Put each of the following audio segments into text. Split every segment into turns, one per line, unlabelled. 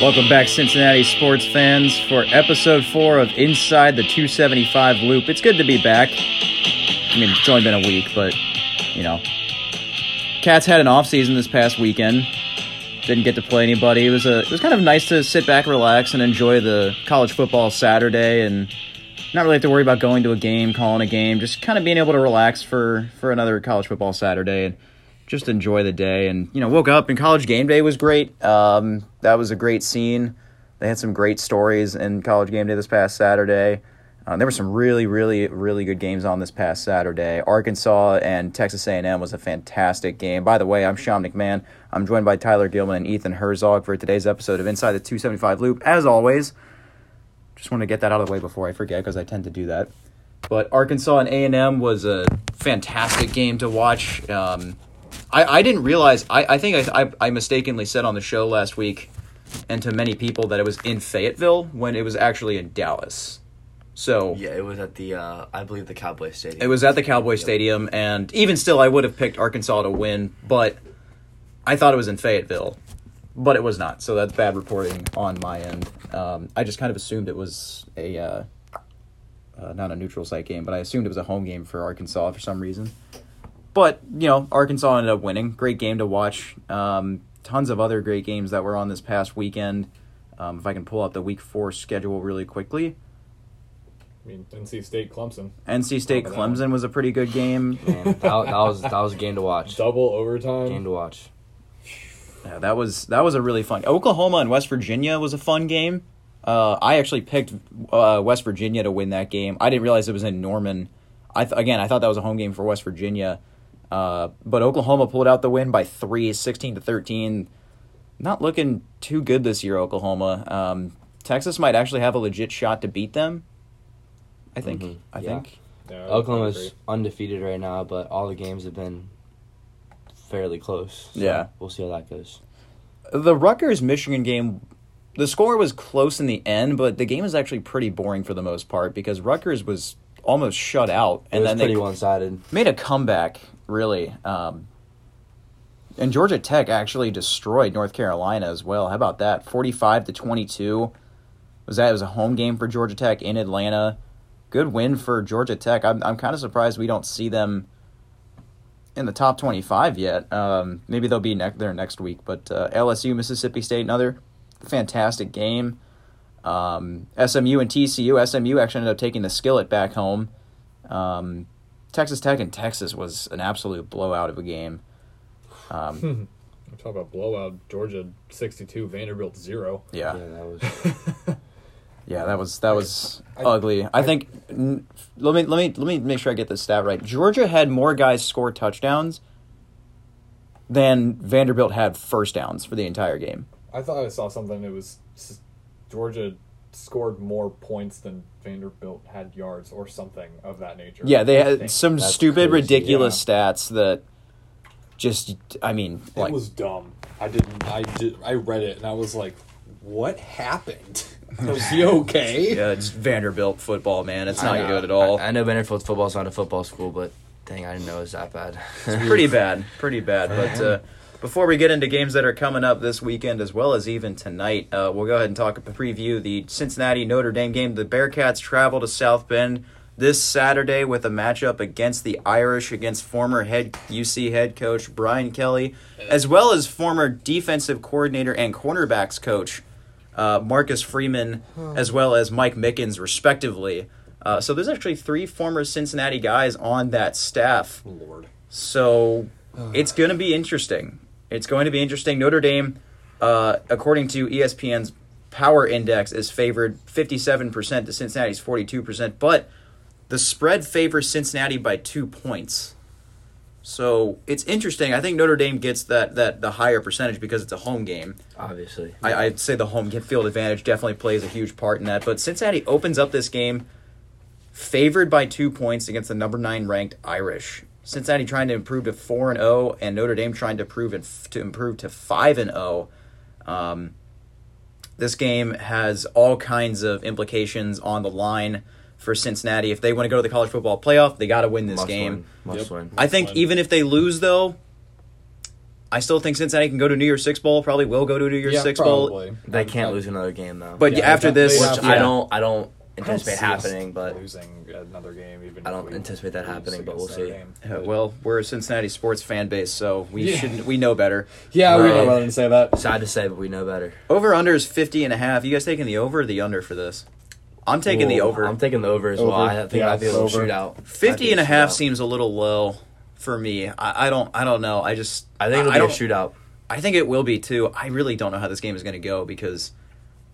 Welcome back, Cincinnati sports fans, for episode four of Inside the 275 Loop. It's good to be back. I mean, it's only been a week, but, you know. Cats had an off season this past weekend. Didn't get to play anybody. It was a it was kind of nice to sit back, relax, and enjoy the college football Saturday, and not really have to worry about going to a game, calling a game. Just kind of being able to relax for for another college football Saturday, and just enjoy the day. And you know, woke up and college game day was great. Um, that was a great scene. They had some great stories in college game day this past Saturday. Uh, there were some really, really, really good games on this past Saturday. Arkansas and Texas A&M was a fantastic game. By the way, I'm Sean McMahon. I'm joined by Tyler Gilman and Ethan Herzog for today's episode of Inside the 275 Loop. As always, just want to get that out of the way before I forget because I tend to do that. But Arkansas and A&M was a fantastic game to watch. Um, I, I didn't realize I, I think I, I, I mistakenly said on the show last week and to many people that it was in Fayetteville when it was actually in Dallas. So
Yeah, it was at the uh, I believe the Cowboy Stadium.
it was at the Cowboy Stadium and even still I would have picked Arkansas to win, but I thought it was in Fayetteville. But it was not, so that's bad reporting on my end. Um, I just kind of assumed it was a uh, uh, not a neutral site game, but I assumed it was a home game for Arkansas for some reason. But you know, Arkansas ended up winning. Great game to watch. Um, tons of other great games that were on this past weekend. Um, if I can pull up the Week Four schedule really quickly,
I mean, NC State, Clemson,
NC State
Oh, that one.
Clemson was a pretty good game.
Man, that, that was that was a game to watch.
double
Game
overtime.
to watch.
Yeah, that was that was a really fun. Oklahoma and West Virginia was a fun game. Uh, I actually picked uh, West Virginia to win that game. I didn't realize it was in Norman. I th- again, I thought that was a home game for West Virginia, uh, but Oklahoma pulled out the win by three, 16 to thirteen. Not looking too good this year, Oklahoma. Um, Texas might actually have a legit shot to beat them. I think.
Mhm,
I
yeah.
think.
Yeah,
Oklahoma's undefeated right now, but all the games have been fairly close. So
Yeah.
we'll see how that goes.
The Rutgers Michigan game, the score was close in the end, but the game was actually pretty boring for the most part because Rutgers was almost shut out,
It
and
was
then
pretty
they
one sided.
made a comeback. Really, um, and Georgia Tech actually destroyed North Carolina as well. How about that? Forty-five to twenty-two. Was that? It was a home game for Georgia Tech in Atlanta. Good win for Georgia Tech. I'm I'm kind of surprised we don't see them in the top twenty-five yet. Um, maybe they'll be ne- there next week. But uh, LSU, Mississippi State, another fantastic game. Um, SMU and TCU. SMU actually ended up taking the skillet back home. Um, Texas Tech and Texas was an absolute blowout of a game. Um,
Talk about blowout. Georgia sixty-two, Vanderbilt zero.
Yeah,
yeah,
that was
yeah, that was that was ugly. I think n- let me let me let me make sure I get this stat right. Georgia had more guys score touchdowns than Vanderbilt had first downs for the entire game.
I thought I saw something. It was s- Georgia scored more points than Vanderbilt had yards, or something of that nature.
Yeah, they
I think.
had some
That's
stupid,
crazy,
ridiculous stats that just I mean,
It
like
was dumb. I didn't. I did. I read it and I was like, "What happened? Was he okay?"
yeah, it's Vanderbilt football, man. It's
I
not
know.
good at all.
I, I know Benfield's football's not a football school, but dang, I didn't know it was that bad.
pretty bad, pretty bad. But uh, before we get into games that are coming up this weekend as well as even tonight, uh, we'll go ahead and talk preview the Cincinnati Notre Dame game. The Bearcats travel to South Bend this Saturday with a matchup against the Irish against former head UC head coach Brian Kelly, as well as former defensive coordinator and cornerbacks coach uh, Marcus Freeman, as well as Mike Mickens, respectively. Uh, so there's actually three former Cincinnati guys on that staff.
Lord.
So it's going to be interesting. It's going to be interesting. Notre Dame, uh, according to ESPN's power index, is favored 57% to Cincinnati's 42%, but the spread favors Cincinnati by two points. So it's interesting. I think Notre Dame gets that, that the higher percentage because it's a home game.
Obviously,
I, I'd say the home field advantage definitely plays a huge part in that. But Cincinnati opens up this game favored by two points against the number nine ranked Irish. Cincinnati trying to improve to four and zero, and Notre Dame trying to prove and to improve to five and zero. Um, this game has all kinds of implications on the line for Cincinnati. If they want to go to the college football playoff, they got to win this
Must
game.
win. must
Yep.
win.
I think
Fun.
even if they lose, though, I still think Cincinnati can go to New Year's Six Bowl. Probably will go to New Year's Six Bowl.
probably.
They can't lose another game though.
But
Yeah,
after
they
this,
have
which
to.
yeah.
I don't I don't
I don't
anticipate
see us
happening, but
losing another game. Even
I
if
don't
we
anticipate that
lose
happening, but
against
we'll
Notre
see.
Dame.
Uh, Well, we're a Cincinnati sports fan base, so we
Yeah.
shouldn't. We know better.
Yeah, we
Right.
don't really say that.
sad to say, but we know better.
Over under is 50 and a half. You guys taking the over or the under for this? I'm taking the
Ooh,
over.
I'm taking the over as well.
Over.
I think
Yeah,
I'd be a little
over.
shootout.
50 and a
I'd be
half
shootout.
seems a little low for me. I, I don't I don't know. I just
I think it'll be
I
a
don't-
shootout.
I think it will be too. I really don't know how this game is going to go because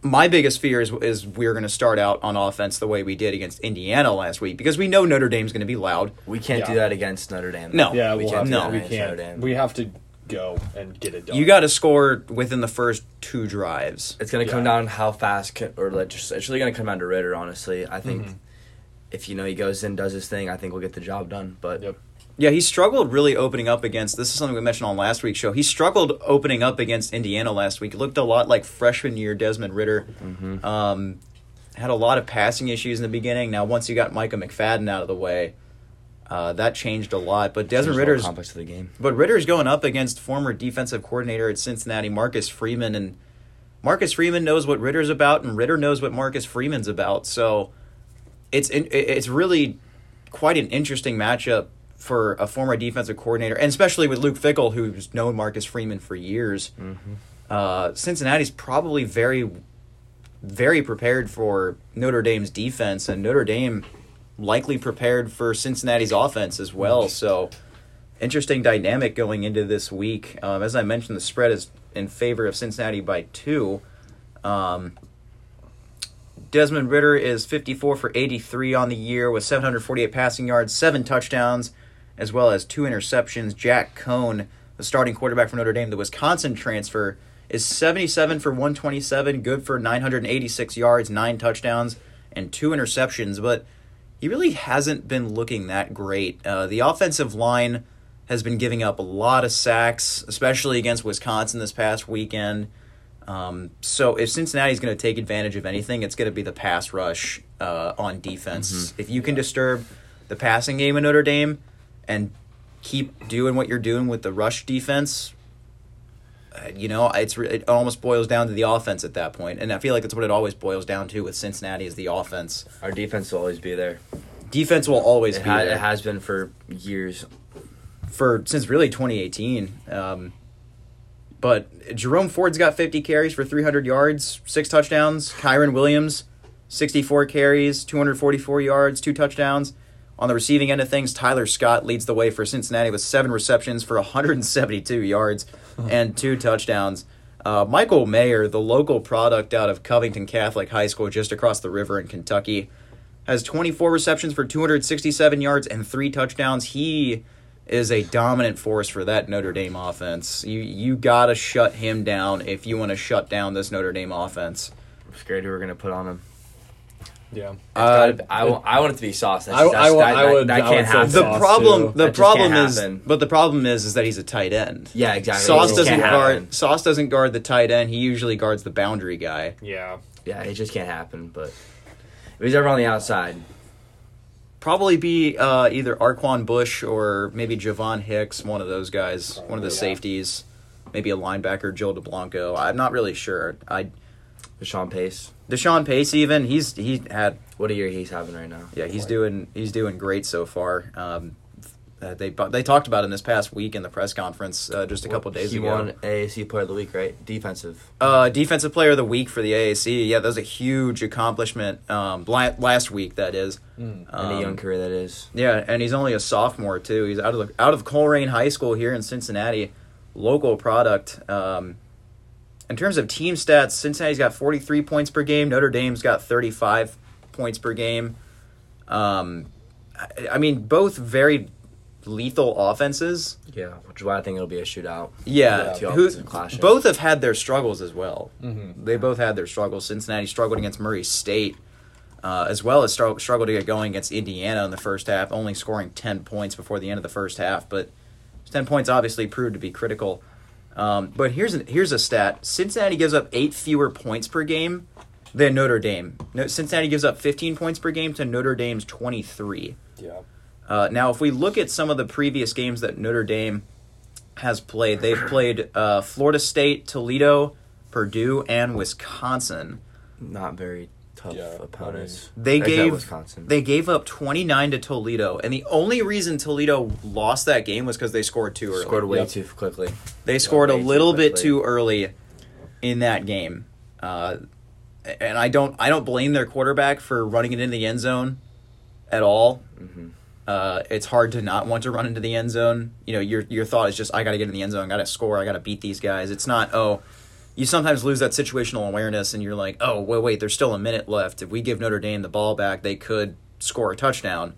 my biggest fear is is we're going to start out on offense the way we did against Indiana last week because we know Notre Dame's going to be loud.
We can't do
Yeah.
that against Notre Dame.
No.
Yeah,
we
we'll
can't.
have
do
no,
that
to, we
against Notre
can't.
Dame.
We have to go and get it done.
You got to score within the first two drives.
It's gonna
Yeah.
come down how fast, ca- or like just it's really gonna come down to Ritter. Honestly, I think
Mm-hmm.
if you know he goes in, does his thing, I think we'll get the job done. But
Yep.
Yeah, he struggled really opening up against. This is something we mentioned on last week's show. He struggled opening up against Indiana last week. Looked a lot like freshman year Desmond Ritter. Um, had a lot of passing issues in the beginning. Now, once you got Micah McFadden out of the way, uh, that changed a lot. But
There's
Desmond
no
Ritter's
complex to the game.
But Ritter's going up against former defensive coordinator at Cincinnati, Marcus Freeman, and Marcus Freeman knows what Ritter's about, and Ritter knows what Marcus Freeman's about. So it's in, it- it's really quite an interesting matchup for a former defensive coordinator, and especially with Luke Fickle, who's known Marcus Freeman for years. Uh, Cincinnati's probably very, very prepared for Notre Dame's defense, and Notre Dame likely prepared for Cincinnati's offense as well. So interesting dynamic going into this week. Um, as I mentioned, the spread is in favor of Cincinnati by two. Um, Desmond Ritter is 54 for 83 on the year with 748 passing yards, seven touchdowns, as well as two interceptions. Jack Cohn, the starting quarterback from Notre Dame, the Wisconsin transfer, is 77 for 127, good for 986 yards, nine touchdowns, and two interceptions. But he really hasn't been looking that great. Uh, the offensive line has been giving up a lot of sacks, especially against Wisconsin this past weekend. Um, so if Cincinnati's going to take advantage of anything, it's going to be the pass rush uh, on defense. If you can disturb the passing game in Notre Dame and keep doing what you're doing with the rush defense, uh, you know it's re- it almost boils down to the offense at that point, and I feel like that's what it always boils down to with Cincinnati is the offense.
Our defense will always be there.
Defense will always
It,
be
ha-
there.
it has been for years.
for since really 2018. Um, but Jerome Ford's got 50 carries for 300 yards, six touchdowns. Kyron Williams, 64 carries, 244 yards, two touchdowns. On the receiving end of things, Tyler Scott leads the way for Cincinnati with seven receptions for 172 yards and two touchdowns. Uh, Michael Mayer, the local product out of Covington Catholic High School just across the river in Kentucky, has 24 receptions for 267 yards and three touchdowns. He is a dominant force for that Notre Dame offense. You you gotta shut him down if you want to shut down this Notre Dame offense.
I'm scared who we're gonna put on him.
Yeah.
Uh,
I, want, I want it to be sauce. That's,
I-
that's,
I would-
that,
I
that-
would-
that,
I would
can't
say
happen.
the
Sauce,
problem
too.
the
That just
problem
can't
is
happen.
but the problem is is that he's a tight end.
yeah, exactly. It
Sauce
just
doesn't
can't
guard
happen.
Sauce doesn't guard the tight end. He usually guards the boundary guy.
Yeah.
Yeah, it just can't happen. But if he's ever on the outside,
Probably be uh, either Arquan Bush or maybe Javon Hicks, one of those guys, one of the
Probably, yeah.
safeties, maybe a linebacker, Joe DeBlanco. I'm not really sure. I
Sean Pace.
Deshaun Pace even he's he had
What a year he's having right now.
Yeah, he's doing he's doing great so far. Um, uh, they bu- they talked about him this past week in the press conference uh, just a couple days
he
ago.
won AAC Player of the Week, right? Defensive.
Uh, defensive player of the week for the AAC. Yeah, that was a huge accomplishment. Um, la- last week that is.
in a
Um,
young career, that is.
Yeah, and he's only a sophomore too. He's out of the, out of Coleraine High School here in Cincinnati, local product. Um, in terms of team stats, Cincinnati's got 43 points per game. Notre Dame's got 35 points per game. Um, I, I mean, both very lethal offenses.
Yeah, which is why I think it'll be a shootout.
Yeah,
The two
who-
offensive clashes.
both have had their struggles as well. They both had their struggles. Cincinnati struggled against Murray State, uh, as well as strugg- struggled to get going against Indiana in the first half, only scoring ten points before the end of the first half. But ten points obviously proved to be critical. Um, but here's an, here's a stat: Cincinnati gives up eight fewer points per game than Notre Dame. No, Cincinnati gives up fifteen points per game to Notre Dame's twenty three.
Yeah.
Uh, now, if we look at some of the previous games that Notre Dame has played. They've played uh, Florida State, Toledo, Purdue, and Wisconsin.
Not very tough
Yeah, I mean-
opponents.
They
Except
gave
Wisconsin.
they gave up twenty nine to Toledo, and the only reason Toledo lost that game was because they scored too early.
scored way
Yep.
too quickly.
They scored a
way too
little bit
quickly.
too early in that game, uh, and I don't I don't blame their quarterback for running it into the end zone at all.
Mm-hmm.
Uh, it's hard to not want to run into the end zone. You know, your your thought is just I got to get in the end zone, got to score, I got to beat these guys. It's not oh. You sometimes lose that situational awareness, and you're like, "Oh, wait, wait, there's still a minute left. If we give Notre Dame the ball back, they could score a touchdown."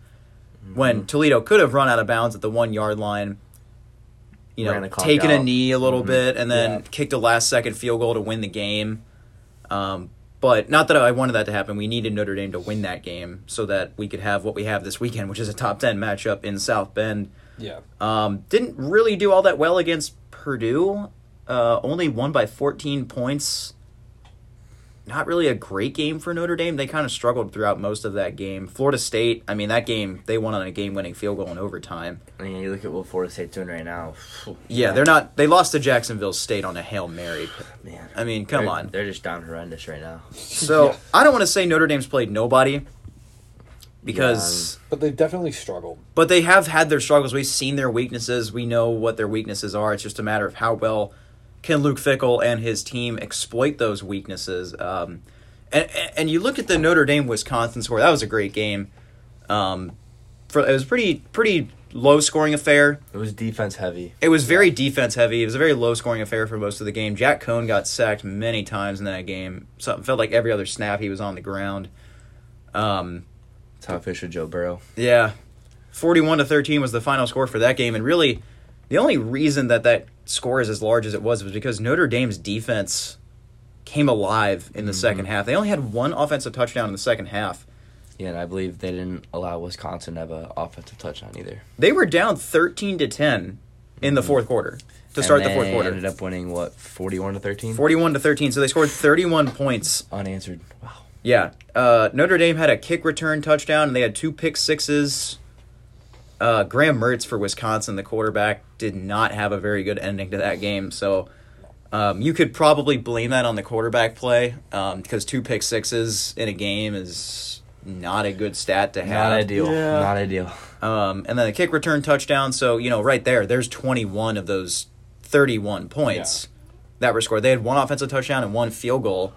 Mm-hmm.
When Toledo could have run out of bounds at the one yard line, you know,
Ran the clock
taken a
out.
knee a little bit, and then
Yeah.
kicked a last second field goal to win the game. Um, but not that I wanted that to happen. We needed Notre Dame to win that game so that we could have what we have this weekend, which is a top 10 matchup in South Bend.
Yeah.
Um, didn't really do all that well against Purdue. Uh, only won by 14 points. Not really a great game for Notre Dame. They kind of struggled throughout most of that game. Florida State, I mean, that game, they won on a game winning field goal in overtime.
I mean, you look at what Florida State's doing right now.
Yeah, they're not, they lost to Jacksonville State on a Hail Mary.
Man,
I mean, come
they're-
on.
They're just down horrendous right now.
So
Yeah.
I don't want to say Notre Dame's played nobody because,
But they've definitely struggled.
but they have had their struggles. We've seen their weaknesses. We know what their weaknesses are. It's just a matter of how well can Luke Fickle and his team exploit those weaknesses. Um, and and- and you look at the Notre Dame Wisconsin score. That was a great game. Um, for, it was pretty pretty low scoring affair.
It was defense heavy.
It was very defense heavy. It was a very low scoring affair for most of the game. Jack Cohn got sacked many times in that game. Something felt like every other snap he was on the ground. Um,
That's how I picture Joe Burrow.
yeah, forty-one to thirteen was the final score for that game, and really, the only reason that that score is as large as it was was because Notre Dame's defense came alive
Mm-hmm.
in the second half. They only had one offensive touchdown in the second half.
Yeah, and I believe they didn't allow Wisconsin to have an offensive touchdown either.
They were down thirteen to ten in the fourth quarter to
Mm-hmm. And
start the fourth
they Ended
quarter.
up winning what forty-one to thirteen.
Forty-one to thirteen, so they scored thirty-one points.
Unanswered. Wow.
Yeah. Uh, Notre Dame had a kick return touchdown, and they had two pick sixes. Uh, Graham Mertz for Wisconsin, the quarterback, did not have a very good ending to that game. So um, you could probably blame that on the quarterback play because two pick sixes in a game is not a good stat to have.
Not ideal.
Yeah.
Not ideal.
Um, and then a kick return touchdown. So, you know, right there, there's 21 of those 31 points that were scored. They had one offensive touchdown and one field goal.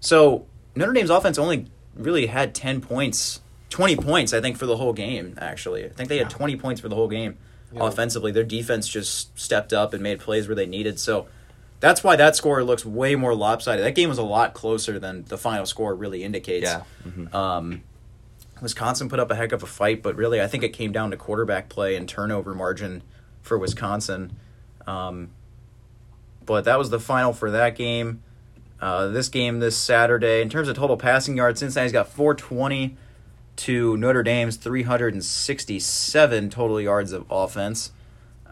So, Notre Dame's offense only really had 10 points, 20 points, I think, for the whole game, actually. I think they had 20 points for the whole game offensively. Their defense just stepped up and made plays where they needed. So, that's why that score looks way more lopsided. That game was a lot closer than the final score really indicates.
Yeah.
Um, Wisconsin put up a heck of a fight, but really, I think it came down to quarterback play and turnover margin for Wisconsin. Um, but that was the final for that game. Uh, this game this Saturday, in terms of total passing yards, Cincinnati's got 420 to Notre Dame's 367 total yards of offense.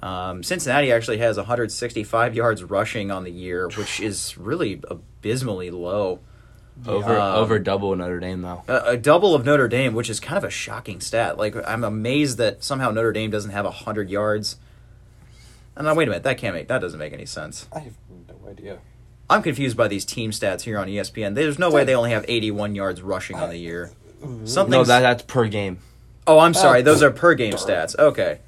Um, Cincinnati actually has 165 yards rushing on the year, which is really abysmally low.
Over
Um,
over double Notre Dame though.
a, a double of Notre Dame, which is kind of a shocking stat. Like I'm amazed that somehow Notre Dame doesn't have hundred yards. And now wait a minute, that can't make that doesn't make any sense.
I have no idea.
I'm confused by these team stats here on E ESPN. There's no way they only have 81 yards rushing on the year. Something.
No, that that's per game.
oh, I'm sorry.
Mm-hmm. Oh,
Those are per game
darn.
stats. Okay.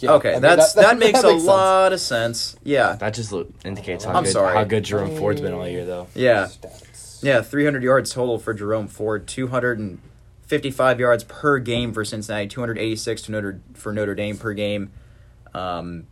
Yeah,
okay.
I mean,
that's that,
that-
makes
that
a
makes sense.
lot of sense. Yeah.
That just look, indicates how
I'm
good
sorry.
how good Jerome Ford's been all year though.
Yeah.
Stats.
Yeah, 300 yards total for Jerome Ford, 255 yards per game for Cincinnati, 286 to Notre for Notre Dame per game. Um,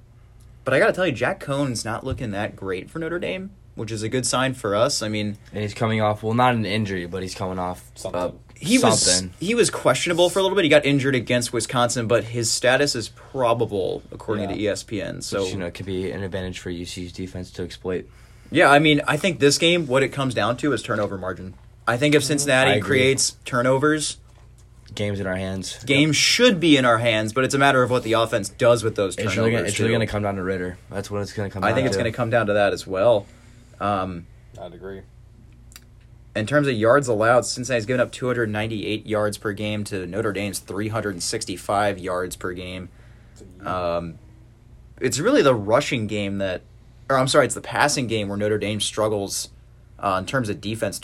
but I got to tell you, Jack Cohn's not looking that great for Notre Dame, which is a good sign for us. I mean,
And he's coming off well, not an injury, but he's coming off
Something.
uh,
he
something.
was he was questionable for a little bit. He got injured against Wisconsin, but his status is probable according
Yeah.
to E ESPN. So
So you know, it could be an advantage for UC's defense to exploit.
Yeah, I mean, I think this game, what it comes down to is turnover margin. I think if
Mm-hmm. I
Cincinnati
agree.
creates turnovers,
Games in our hands.
game should be in our hands, but it's a matter of what the offense does with those turnovers.
It's really, gonna, it's really
too.
gonna come down to Ritter. That's what it's gonna come.
I
down
think it's
to.
going to come down to that as well. Um,
I'd agree.
in terms of yards allowed, Cincinnati's given up 298 yards per game to Notre Dame's 365 yards per game. Um, it's really the rushing game that, or I'm sorry, it's the passing game where Notre Dame struggles uh, in terms of defense.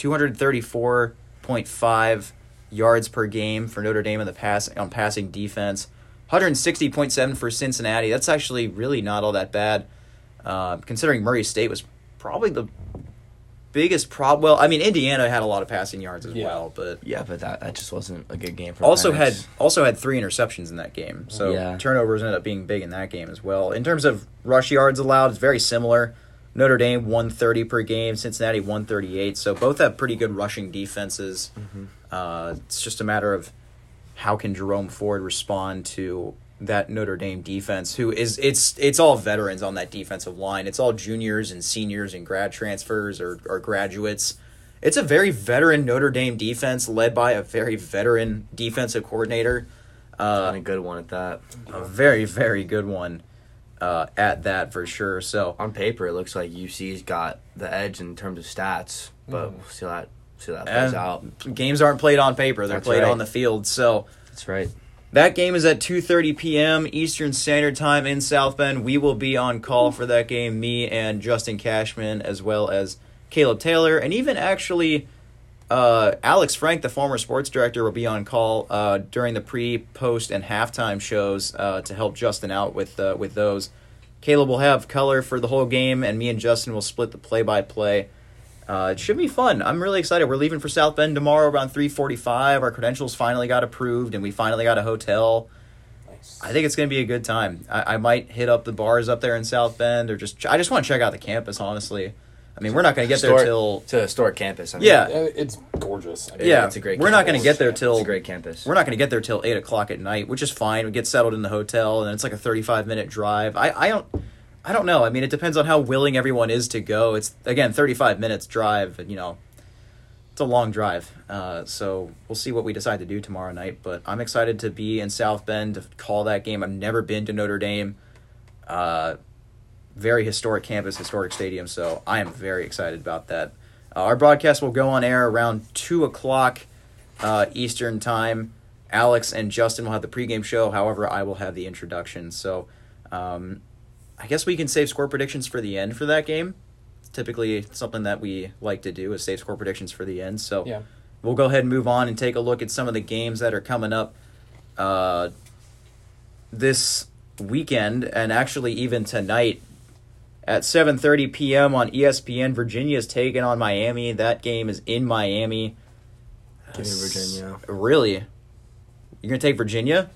234.5 yards per game for Notre Dame in the pass on passing defense. 160.7 for Cincinnati. That's actually really not all that bad, uh, considering Murray State was probably the biggest problem. Well, I mean, Indiana had a lot of passing yards as
Yeah.
well, but
Yeah, but that, that just wasn't a good game for.
also had
Pirates.
also had three interceptions in that game. So
Yeah.
turnovers ended up being big in that game as well. In terms of rush yards allowed, it's very similar. Notre Dame 130 per game, Cincinnati 138. So both have pretty good rushing defenses.
Mm-hmm.
Uh, it's just a matter of how can Jerome Ford respond to that Notre Dame defense who is it's it's all veterans on that defensive line. It's all juniors and seniors and grad transfers or, or graduates. It's a very veteran Notre Dame defense led by a very veteran defensive coordinator.
and
Uh,
a good one at that.
a very, very good one uh, at that for sure. So
On paper, it looks like UC's got the edge in terms of stats, but
Mm.
we'll see how that see how that plays
And-
out.
games aren't played on paper, they're
That's
played
right.
on the field. So
That's right.
That game is at 2:30 p.m. Eastern Standard Time in South Bend. We will be on call for that game. Me and Justin Cashman, as well as Caleb Taylor, and even actually uh, Alex Frank, the former sports director, will be on call uh, during the pre, post, and halftime shows uh, to help Justin out with uh, with those. Caleb will have color for the whole game, and me and Justin will split the play-by-play. Uh, it should be fun. I'm really excited. We're leaving for South Bend tomorrow around 3:45. Our credentials finally got approved, and we finally got a hotel. I think it's going to be a good time. I, I might hit up the bars up there in South Bend, or just I just want to check out the campus. Honestly, I mean, we're not going to get there
Historic-
till
to a historic campus. I mean,
Yeah.
Uh, It's gorgeous. I mean,
Yeah.
it's a great.
We're not
campus.
gonna get there till-
it's a great campus.
we're not going to get there till eight o'clock at night, which is fine. We get settled in the hotel, and it's like a thirty-five minute drive. I, I don't, I don't know. I mean, it depends on how willing everyone is to go. It's again thirty-five minutes drive, and you know, it's a long drive. Uh, so we'll see what we decide to do tomorrow night. But I'm excited to be in South Bend to call that game. I've never been to Notre Dame. Uh, very historic campus, historic stadium. So I am very excited about that. Uh, our broadcast will go on air around two o'clock uh, Eastern time. Alex and Justin will have the pregame show. However, I will have the introduction. So, um, I guess we can save score predictions for the end for that game. It's typically something that we like to do is save score predictions for the end. So,
Yeah.
we'll go ahead and move on and take a look at some of the games that are coming up uh, this weekend and actually even tonight at 7:30 p.m. on E ESPN. Virginia's taking on Miami. That game is in Miami.
Give me Virginia.
Really? You're gonna take Virginia?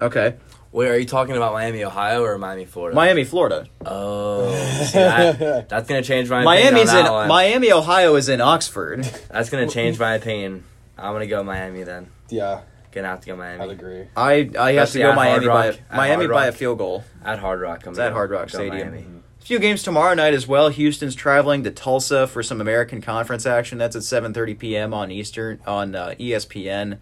Okay.
Wait, are you talking about Miami, Ohio, or Miami, Florida?
Miami, Florida.
Oh, see, that, that's gonna change my opinion
Miami's
on
in
that one.
Miami, Ohio is in Oxford.
That's gonna change my opinion. I'm gonna go Miami then.
Yeah,
Gonna have to go
I'd
Miami
agree.
I I have to
Especially at
go
Hard
Miami by
Rock. At
Miami
Hard
by a
Rock.
field goal.
at Hard Rock. I'm
It's
gonna
at Hard Rock
go
Stadium.
Miami.
A few games tomorrow night as well. Houston's traveling to Tulsa for some American Conference action. That's at 7:30 p.m. on Eastern on uh, ESPN.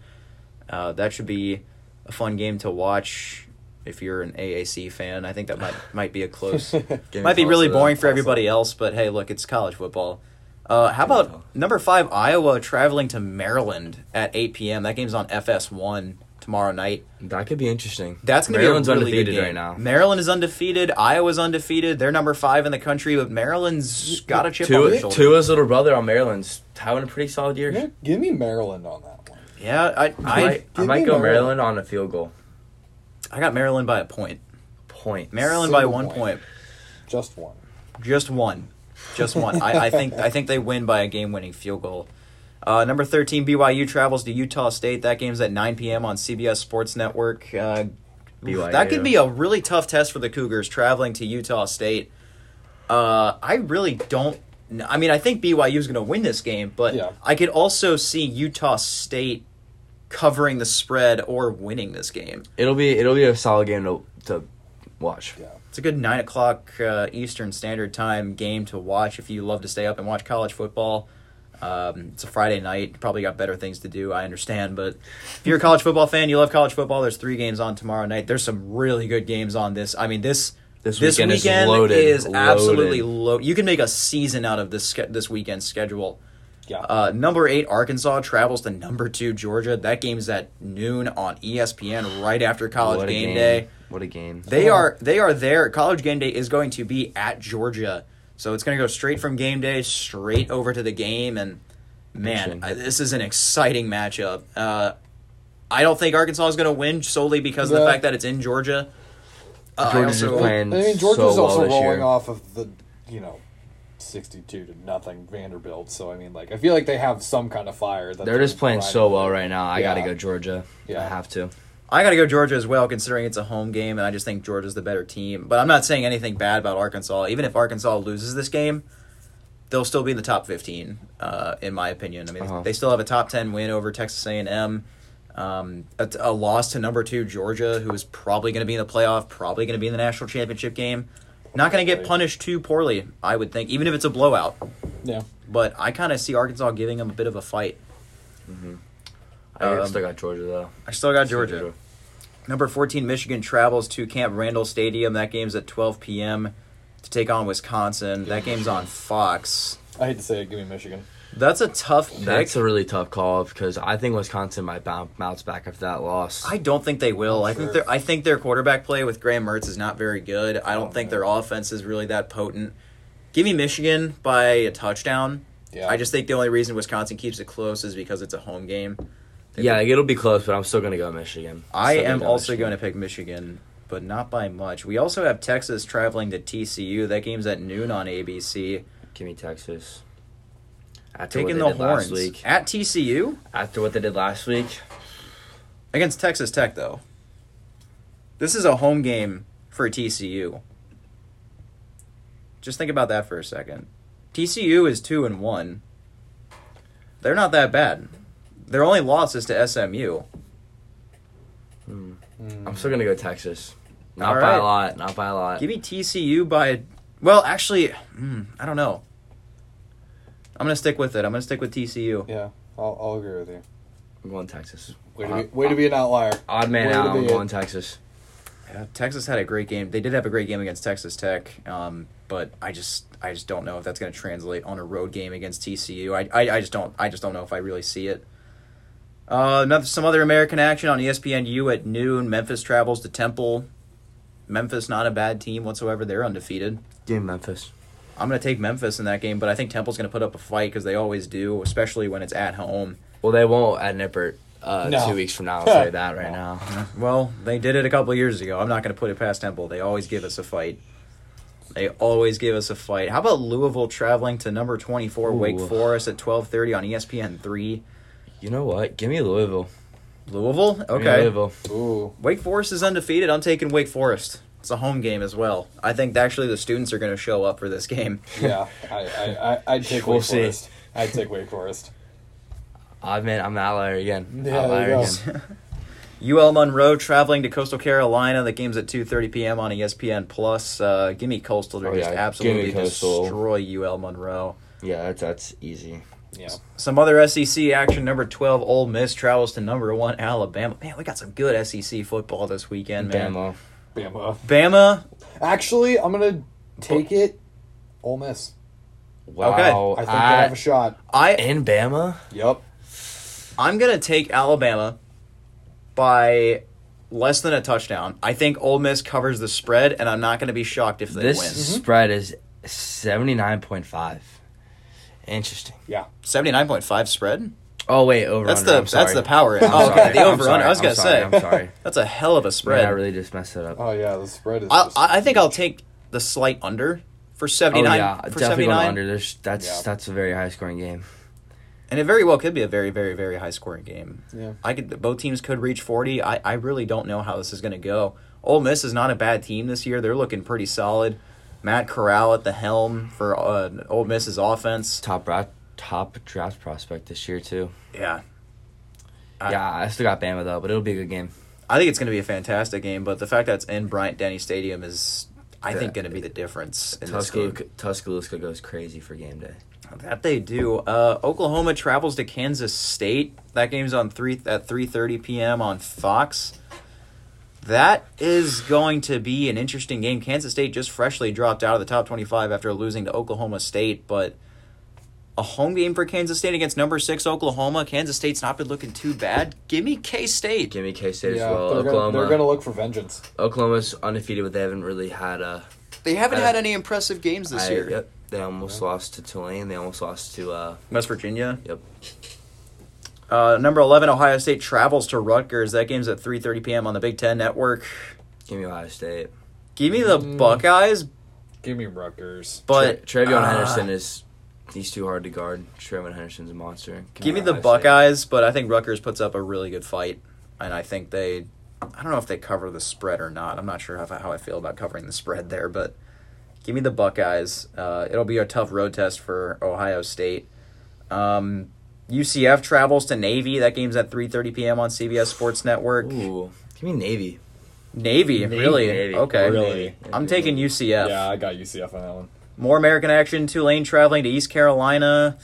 Uh, that should be a fun game to watch if you're an AAC fan. I think that might might be a close
Give me
Might be
Tulsa
really
then.
boring for
Tulsa.
everybody else, but hey, look, it's college football. Uh, how
Give me
about
Tulsa.
number five Iowa traveling to Maryland at 8 p.m. That game's on FS1 tomorrow night.
That could be interesting.
That's gonna
Maryland's
be a really
undefeated
good game.
right now.
Maryland is undefeated. Iowa's undefeated. They're number five in the country, but Maryland's got a chip on
Tua,
their shoulder.
Tua's little brother on Maryland's having a pretty solid year.
Yeah, give me Maryland on that one.
Yeah, I
I
I,
might, I
Give
might
me
go
Maryland.
Maryland on a field goal
I got Maryland by a point.
point.
Maryland by
Single
one point.
point. Just one.
Just one. Just one. I, I think I think they win by a game winning field goal. Uh, number 13, BYU travels to Utah State. That game's at 9 p.m. on CBS Sports Network. Uh,
BYU.
That could be a really tough test for the Cougars traveling to Utah State. Uh, I really don't. kn- I mean, I think BYU is going to win this game, but
Yeah.
I could also see Utah State covering the spread or winning this game.
It'll be it'll be a solid game to to watch.
Yeah.
It's a good nine o'clock uh, Eastern Standard Time game to watch if you love to stay up and watch college football. Um, it's a Friday night. You probably got better things to do. I understand, but if you're a college football fan, you love college football. There's three games on tomorrow night. There's some really good games on this. I mean this
This weekend is loaded,
is
loaded.
absolutely loaded. You can make a season out of this sch- this weekend schedule.
Yeah.
Uh, number eight Arkansas travels E to number two Georgia. That game's at noon on ESPN right after College
What a
Game,
game.
Day.
What a game.
They are they are there. College game day is going to be at Georgia, so it's going to go straight from game day straight over to the game. And man,
Interesting.
I, this is an exciting matchup. Uh, I don't think Arkansas is going to win solely because of the
Yeah.
fact that it's in Georgia. Uh, I
Georgia's
also,
just playing
I mean, Georgia's
so
also
well this
rolling
year.
off of the, you know, 62 to nothing Vanderbilt. So, I mean, like, I feel like they have some kind of fire. That
They're just playing so
riding.
well right now. I gotta
Yeah.
go Georgia.
Yeah.
I have to.
I got to go Georgia as well, considering it's a home game, and I just think Georgia's the better team. But I'm not saying anything bad about Arkansas. Even if Arkansas loses this game, they'll still be in the top 15, uh, in my opinion. I mean,
Uh-huh.
they still have a top 10 win over Texas A&M, um, a, a loss to number two Georgia, who is probably going to be in the playoff, probably going to be in the national championship game. Not going to get
Probably.
punished too poorly, I would think, even if it's a blowout.
Yeah.
But I kind of see Arkansas giving them a bit of a fight.
I
Um,
still got Georgia though.
I still got Georgia. Number 14, Michigan travels to Camp Randall Stadium. That game's at 12 p.m. to take on Wisconsin. That game's on Fox.
I hate to say it. Give me Michigan.
That's a tough pick.
That's a really tough call because I think Wisconsin might bounce, bounce back after that loss.
I don't think they will. I think
Sure.
their I think their quarterback play with Graham Mertz is not very good. I don't
Oh,
think
man.
their offense is really that potent. Give me Michigan by a touchdown.
Yeah.
I just think the only reason Wisconsin keeps it close is because it's a home game.
yeah, it'll be close, but I'm still gonna go Michigan.
I am also going to pick Michigan, but not by much. We also have Texas traveling to TCU. That game's at noon on ABC.
give me Texas. After
Taking
what
the
they did
horns
last week.
at TCU
After what they did last week,
against Texas Tech, though. This is a home game for TCU. Just think about that for a second. TCU is two and one. They're not that bad. Their only loss is to SMU.
Mm.
I'm still gonna go Texas. Not
All
by
right.
a lot. Not by a lot.
Give me TCU by. Well, actually, hmm, I don't know. I'm gonna stick with it. I'm gonna stick with TCU.
Yeah. I'll, I'll agree with you.
I'm going Texas.
Way to, be, way to be an outlier.
Odd man
Way to
out. I'm
be
going
it.
Texas.
Yeah, Texas had a great game. They did have a great game against Texas Tech, um, but I just I just don't know if that's going to translate on a road game against TCU. I, I I just don't I just don't know if I really see it. Uh, another some other American action on E ESPNU at noon. Memphis travels to Temple. Memphis not a bad team whatsoever. They're undefeated.
Give me Memphis.
I'm going to take Memphis in that game, but I think Temple's going to put up a fight because they always do, especially when it's at home.
Well, they won't at Nippert uh,
No.
two weeks from now. I'll say that right now.
Well, they did it a couple years ago. I'm not going to put it past Temple. They always give us a fight. They always give us a fight. How about Louisville traveling to number 24 Wake
Ooh.
Forest at 12:30 on E ESPN3?
You know what? Give me Louisville.
Louisville?
Give me
Okay.
Louisville.
Ooh.
Wake Forest is undefeated. I'm taking Wake Forest. It's a home game as well. I think actually the students are going to show up for this game.
Yeah. I, I, I, I'd take
We'll
Wake
see.
Forest. I'd take Wake Forest.
Odd man. I'm an outlier again.
Yeah, there
outlier
you go.
again.
UL Monroe traveling to Coastal Carolina. The game's at 2:30 p.m. on E ESPN Plus. Uh, give me Coastal to
Oh,
just
yeah.
absolutely
Give me Coastal.
destroy UL Monroe.
Yeah, that's that's easy.
Yeah.
Some other SEC action. Number 12, Ole Miss travels to number one, Alabama. Man, we got some good SEC football this weekend, man.
Bama.
Bama.
Bama.
Actually, I'm going to take it. Ole Miss.
Wow.
Okay.
I think they have a shot.
I,
in Bama.
Yep.
I'm going to take Alabama by less than a touchdown. I think Ole Miss covers the spread, and I'm not going to be shocked if they
This
win.
spread is seventy nine point five. Interesting.
79.5 spread?
Oh wait, over.
That's
under,
the
I'm sorry.
that's the power. end.
I'm
Oh, okay,
sorry.
the
I'm
over under.
sorry.
I was
I'm
going to
sorry.
say.
I'm sorry.
That's a hell of a
Man,
spread.
I really just messed it up.
Oh, yeah. The spread is.
I,
just-
I I think I'll take the slight under for 79
oh yeah,
for
definitely
79.
going under. There's that's
Yeah.
that's a very high scoring game.
And it very well could be a very, very, very high scoring game.
Yeah.
I could both teams could reach forty. I, I really don't know how this is gonna go. Ole Miss is not a bad team this year. They're looking pretty solid. Matt Corral at the helm for uh, Ole Miss's offense.
Top ra- top draft prospect this year too.
Yeah, I-
yeah, I still got Bama though, but it'll be a good game.
I think it's gonna be a fantastic game. But the fact that it's in Bryant Denny Stadium is, I think,
Yeah.
gonna be the difference in this game.
Tuscaloosa, Tuscaloosa goes crazy for game day.
That they do. Uh, Oklahoma travels to Kansas State. That game's on three at three thirty p.m. on Fox. That is going to be an interesting game. Kansas State just freshly dropped out of the top twenty-five after losing to Oklahoma State, but A home game for Kansas State against number six Oklahoma. Kansas State's not been looking too bad. Give me K State.
Give me K State
yeah,
as well.
they're,
Oklahoma.
gonna, they're gonna look for vengeance.
Oklahoma's undefeated, but they haven't really had a.
They haven't
I-
had any impressive games this
I-
year.
Yep. They almost lost to Tulane. They almost lost to. Uh,
West Virginia.
yep.
Uh, number eleven Ohio State travels to Rutgers. That game's at three thirty p.m. on the Big Ten Network.
Give me Ohio State.
Give me the
Mm.
Buckeyes,
Give me Rutgers.
but
Tra- Travion
uh,
Henderson is. He's too hard to guard. Travion Henderson's a monster.
Give me the
Ohio State.
Buckeyes, but I think Rutgers puts up a really good fight, and I think they. I don't know if they cover the spread or not. I'm not sure how, how I feel about covering the spread there, but give me the Buckeyes. Uh, it'll be a tough road test for Ohio State. Um, UCF travels to Navy. That game's at 3:30 p.m. on CBS Sports Network.
Ooh. Give me Navy.
Navy, really?
Navy.
Okay.
Really?
I'm taking UCF.
Yeah, I got UCF on that one.
More American action. Tulane traveling to East Carolina.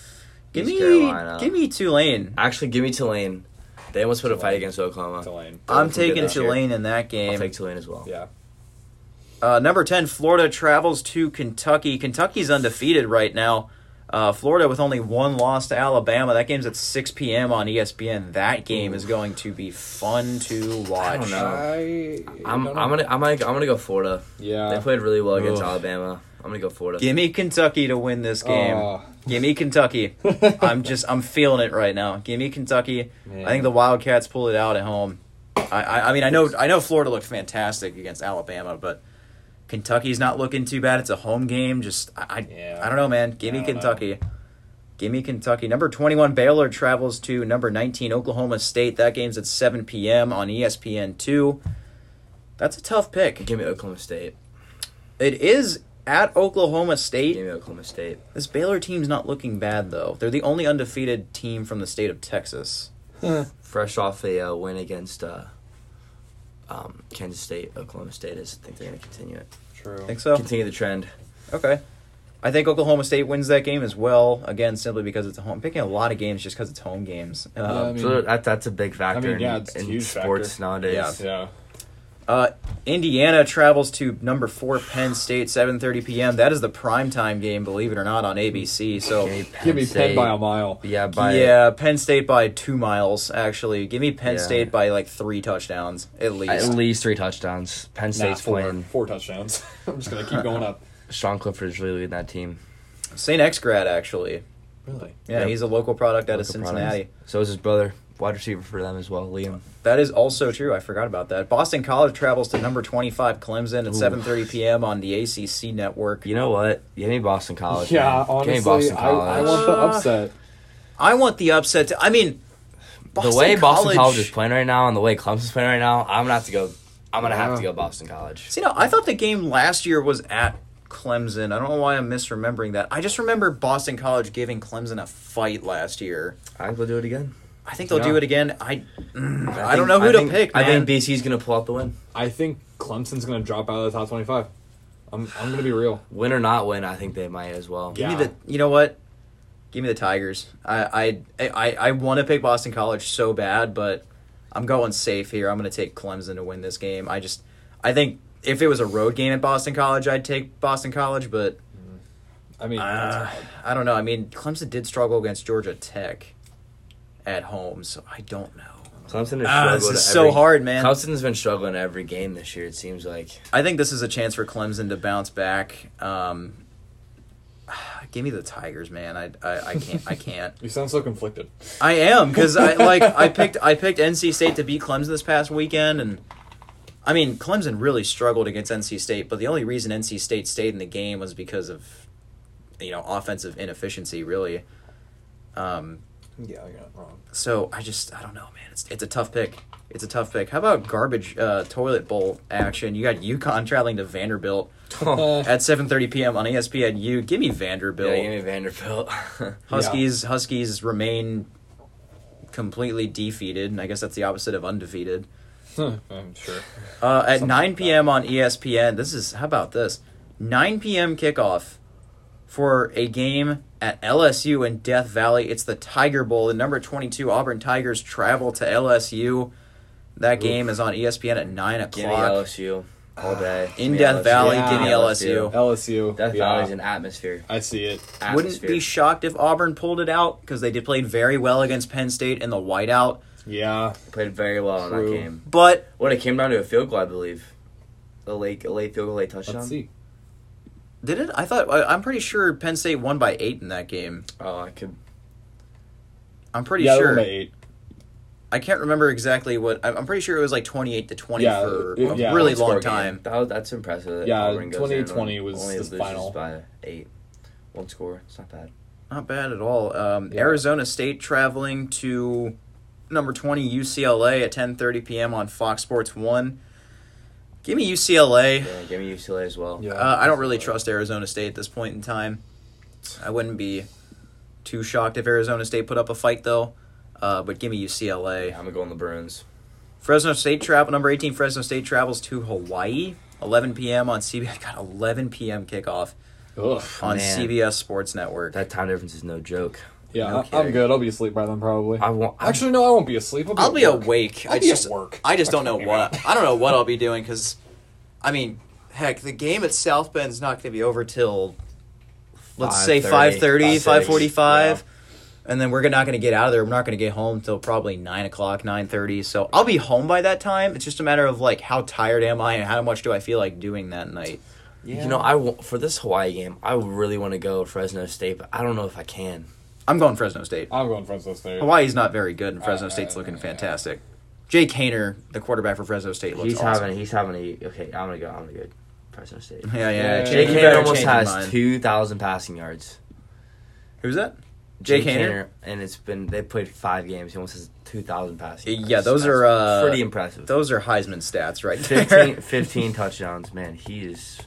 Give me,
East Carolina.
give me Tulane.
Actually, give me Tulane. They almost put a fight
Tulane.
against Oklahoma.
Tulane.
They're
I'm
looking good
taking
this year.
Tulane in that
I'll
game.
take Tulane as well.
Yeah.
Uh, number 10, Florida travels to Kentucky. Kentucky's undefeated right now. Uh, Florida with only one loss to Alabama. That game's at 6 p.m. on E ESPN. That game is going to be fun to watch.
don't know.
I,
I'm, I'm gonna I'm gonna I'm gonna go Florida. They
Yeah.
played really well against
Oof.
Alabama. I'm gonna go Florida.
Give me Kentucky to win this game.
Uh.
Oh.
Give me Kentucky. I'm just, I'm feeling it right now. Give me Kentucky.
Man.
I think the Wildcats pull it out at home. I, I, I mean, I know, I know Florida looked fantastic against Alabama, but Kentucky's not looking too bad. It's a home game. Just, I, I,
Yeah.
I don't know, man. Give
I
me
don't know.
Kentucky. Give me Kentucky. Number 21, Baylor travels to number 19, Oklahoma State. That game's at 7 p.m. on E ESPN2. That's a tough pick.
Give me Oklahoma State.
It is at Oklahoma State.
Give me Oklahoma State.
This Baylor team's not looking bad, though. They're the only undefeated team from the state of Texas.
Fresh off a uh, win against uh, um, Kansas State, Oklahoma State is. I think they're gonna continue it.
True.
Think so?
Continue the trend.
Okay. I think Oklahoma State wins that game as well. Again, simply because it's a home. I'm picking a lot of games just because it's home games.
I
Uh,
mean-
so that that's a big factor
yeah,
in,
it's a
in
huge
sports
factor.
nowadays.
Yeah.
Yeah.
uh, Indiana travels to number four Penn State, 7:30 p.m. That is the primetime game, believe it or not, on ABC. So
Give me Penn by a mile.
Yeah, by
yeah, Penn State by two miles. Actually, give me Penn
Yeah.
State by like three touchdowns at least.
at least three touchdowns. Penn
Nah,
State's
four,
playing.
four touchdowns. I'm just gonna keep going up.
Sean Clifford's really leading that team.
Saint X grad actually.
Really?
Yeah,
Yep.
he's a local product out of
Local products.
Cincinnati.
So is his brother, wide receiver for them as well, Liam.
That is also true. I forgot about that. Boston College travels to number 25 Clemson at 7:30 p.m. on the ACC network.
You know what? Give me Boston College.
Yeah,
man.
honestly,
give me Boston
I, I
College.
want the upset.
I want the upset to I mean Boston
the way Boston College is playing right now and the way Clemson's playing right now, I'm gonna have to go. I'm gonna have to go Boston College.
See, no, I thought the game last year was at Clemson. I don't know why I'm misremembering that. I just remember Boston College giving Clemson a fight last year.
I think we'll do it again.
I think they'll
Yeah.
do it again. I mm, I, don't know who to pick.
I
man.
think BC's gonna pull out the win.
I think Clemson's gonna drop out of the top 25. I'm I'm gonna be real.
Win or not win, I think they might as well.
Yeah.
Give me the. You know what? Give me the Tigers. I I I, I want to pick Boston College so bad, but I'm going safe here. I'm going to take Clemson to win this game. I just I think if it was a road game at Boston College, I'd take Boston College, but
I mean,
uh, I don't know. I mean, Clemson did struggle against Georgia Tech at home, so I don't know.
Clemson has
Ah, this
struggled
is
every-
so hard, man.
Clemson's been struggling every game this year. It seems like
I think this is a chance for Clemson to bounce back. Um, give me the Tigers, man. I I, I can't I can't.
you sound so conflicted.
I am because I like I picked I picked NC State to beat Clemson this past weekend, and I mean Clemson really struggled against NC State, but the only reason NC State stayed in the game was because of you know offensive inefficiency, really. Um,
Yeah, I got it wrong.
so I just I don't know, man. It's it's a tough pick. It's a tough pick. How about garbage uh, toilet bowl action? You got UConn traveling to Vanderbilt
Eh.
at 7:30 p.m. on E ESPN. You give me Vanderbilt.
yeah, give me Vanderbilt.
Huskies Huskies remain completely defeated, and I guess that's the opposite of undefeated.
I'm sure.
Uh, at 9
Something like
p.m. on E ESPN, this is how about this? 9 p.m. kickoff for a game at LSU in Death Valley. It's the Tiger Bowl. The number 22 Auburn Tigers travel to LSU. That game is on E ESPN at nine
give me
o'clock.
LSU. all day.
In
Give me
Death Valley,
give me
LSU.
LSU.
LSU.
Death
yeah.
Valley's an atmosphere.
I see it.
Wouldn't
Atmosphere.
be shocked if Auburn pulled it out because they did play very well against Penn State in the whiteout.
Yeah.
played very well in
True.
that game.
But
When it came down to a field goal, I believe. A late, a late field goal, late touchdown.
Let's see.
did it? I thought I, I'm pretty sure Penn State won by eight in that game.
Oh, I could.
I'm pretty
yeah,
sure.
By eight.
I can't remember exactly what. I'm I'm pretty sure it was like 28 to 20
Yeah,
for
it-
a
yeah.
really
Score
long
game.
time.
That was, that's impressive. that
Yeah,
Auburn goes in and
20-20 was
only
the
loses
final.
by eight. One score. It's not bad.
Not bad at all. Um,
Yeah.
Arizona State traveling to number 20 UCLA at 10:30 p.m. on Fox Sports One. Give me UCLA.
Yeah, give me UCLA as well.
Yeah.
Uh, I don't really trust Arizona State at this point in time. I wouldn't be too shocked if Arizona State put up a fight though. Uh, but give me UCLA.
I'm gonna go on the Bruins.
Fresno State travel number eighteen. Fresno State travels to Hawaii, eleven p.m. on CBS. Got eleven p.m. kickoff
Ugh.
on
Man.
CBS Sports Network.
That time difference is no joke.
Yeah.
No
I-
kidding.
I'm good. I'll be asleep by then probably.
I won't. I,
Actually, no, I won't be asleep. I'll be,
I'll be
at work.
awake.
I'll
I
be
just
at work.
I just don't know
Fucking
what I don't know what I'll be doing because, I mean, heck, the game at South Bend's not going to be over till, let's say 5.30,
5:30,
5.45. And then we're not going to get out of there. We're not going to get home till probably nine o'clock, nine thirty. So I'll be home by that time. It's just a matter of like how tired am I and how much do I feel like doing that night.
You know, I w- for this Hawaii game, I really want to go Fresno State, but I don't know if I can.
I'm going Fresno State.
I'm going Fresno State.
Hawaii's not very good, and Fresno
Uh,
State's looking
yeah.
fantastic. Jake Hayner, the quarterback for Fresno State, looks
He's
awesome.
having. He's having a. Okay, I'm gonna go. I'm gonna go Fresno State.
yeah, yeah.
Yeah.
Jake
you
Hayner
Hayner
better
almost
change your
has
mind.
two thousand passing yards.
Who's that? Jake Hayner?
and it's been they played five games. He almost has two thousand passing.
Yeah,
yards.
those are, uh,
pretty impressive.
Those are Heisman stats right there.
15, 15 touchdowns, man. He is.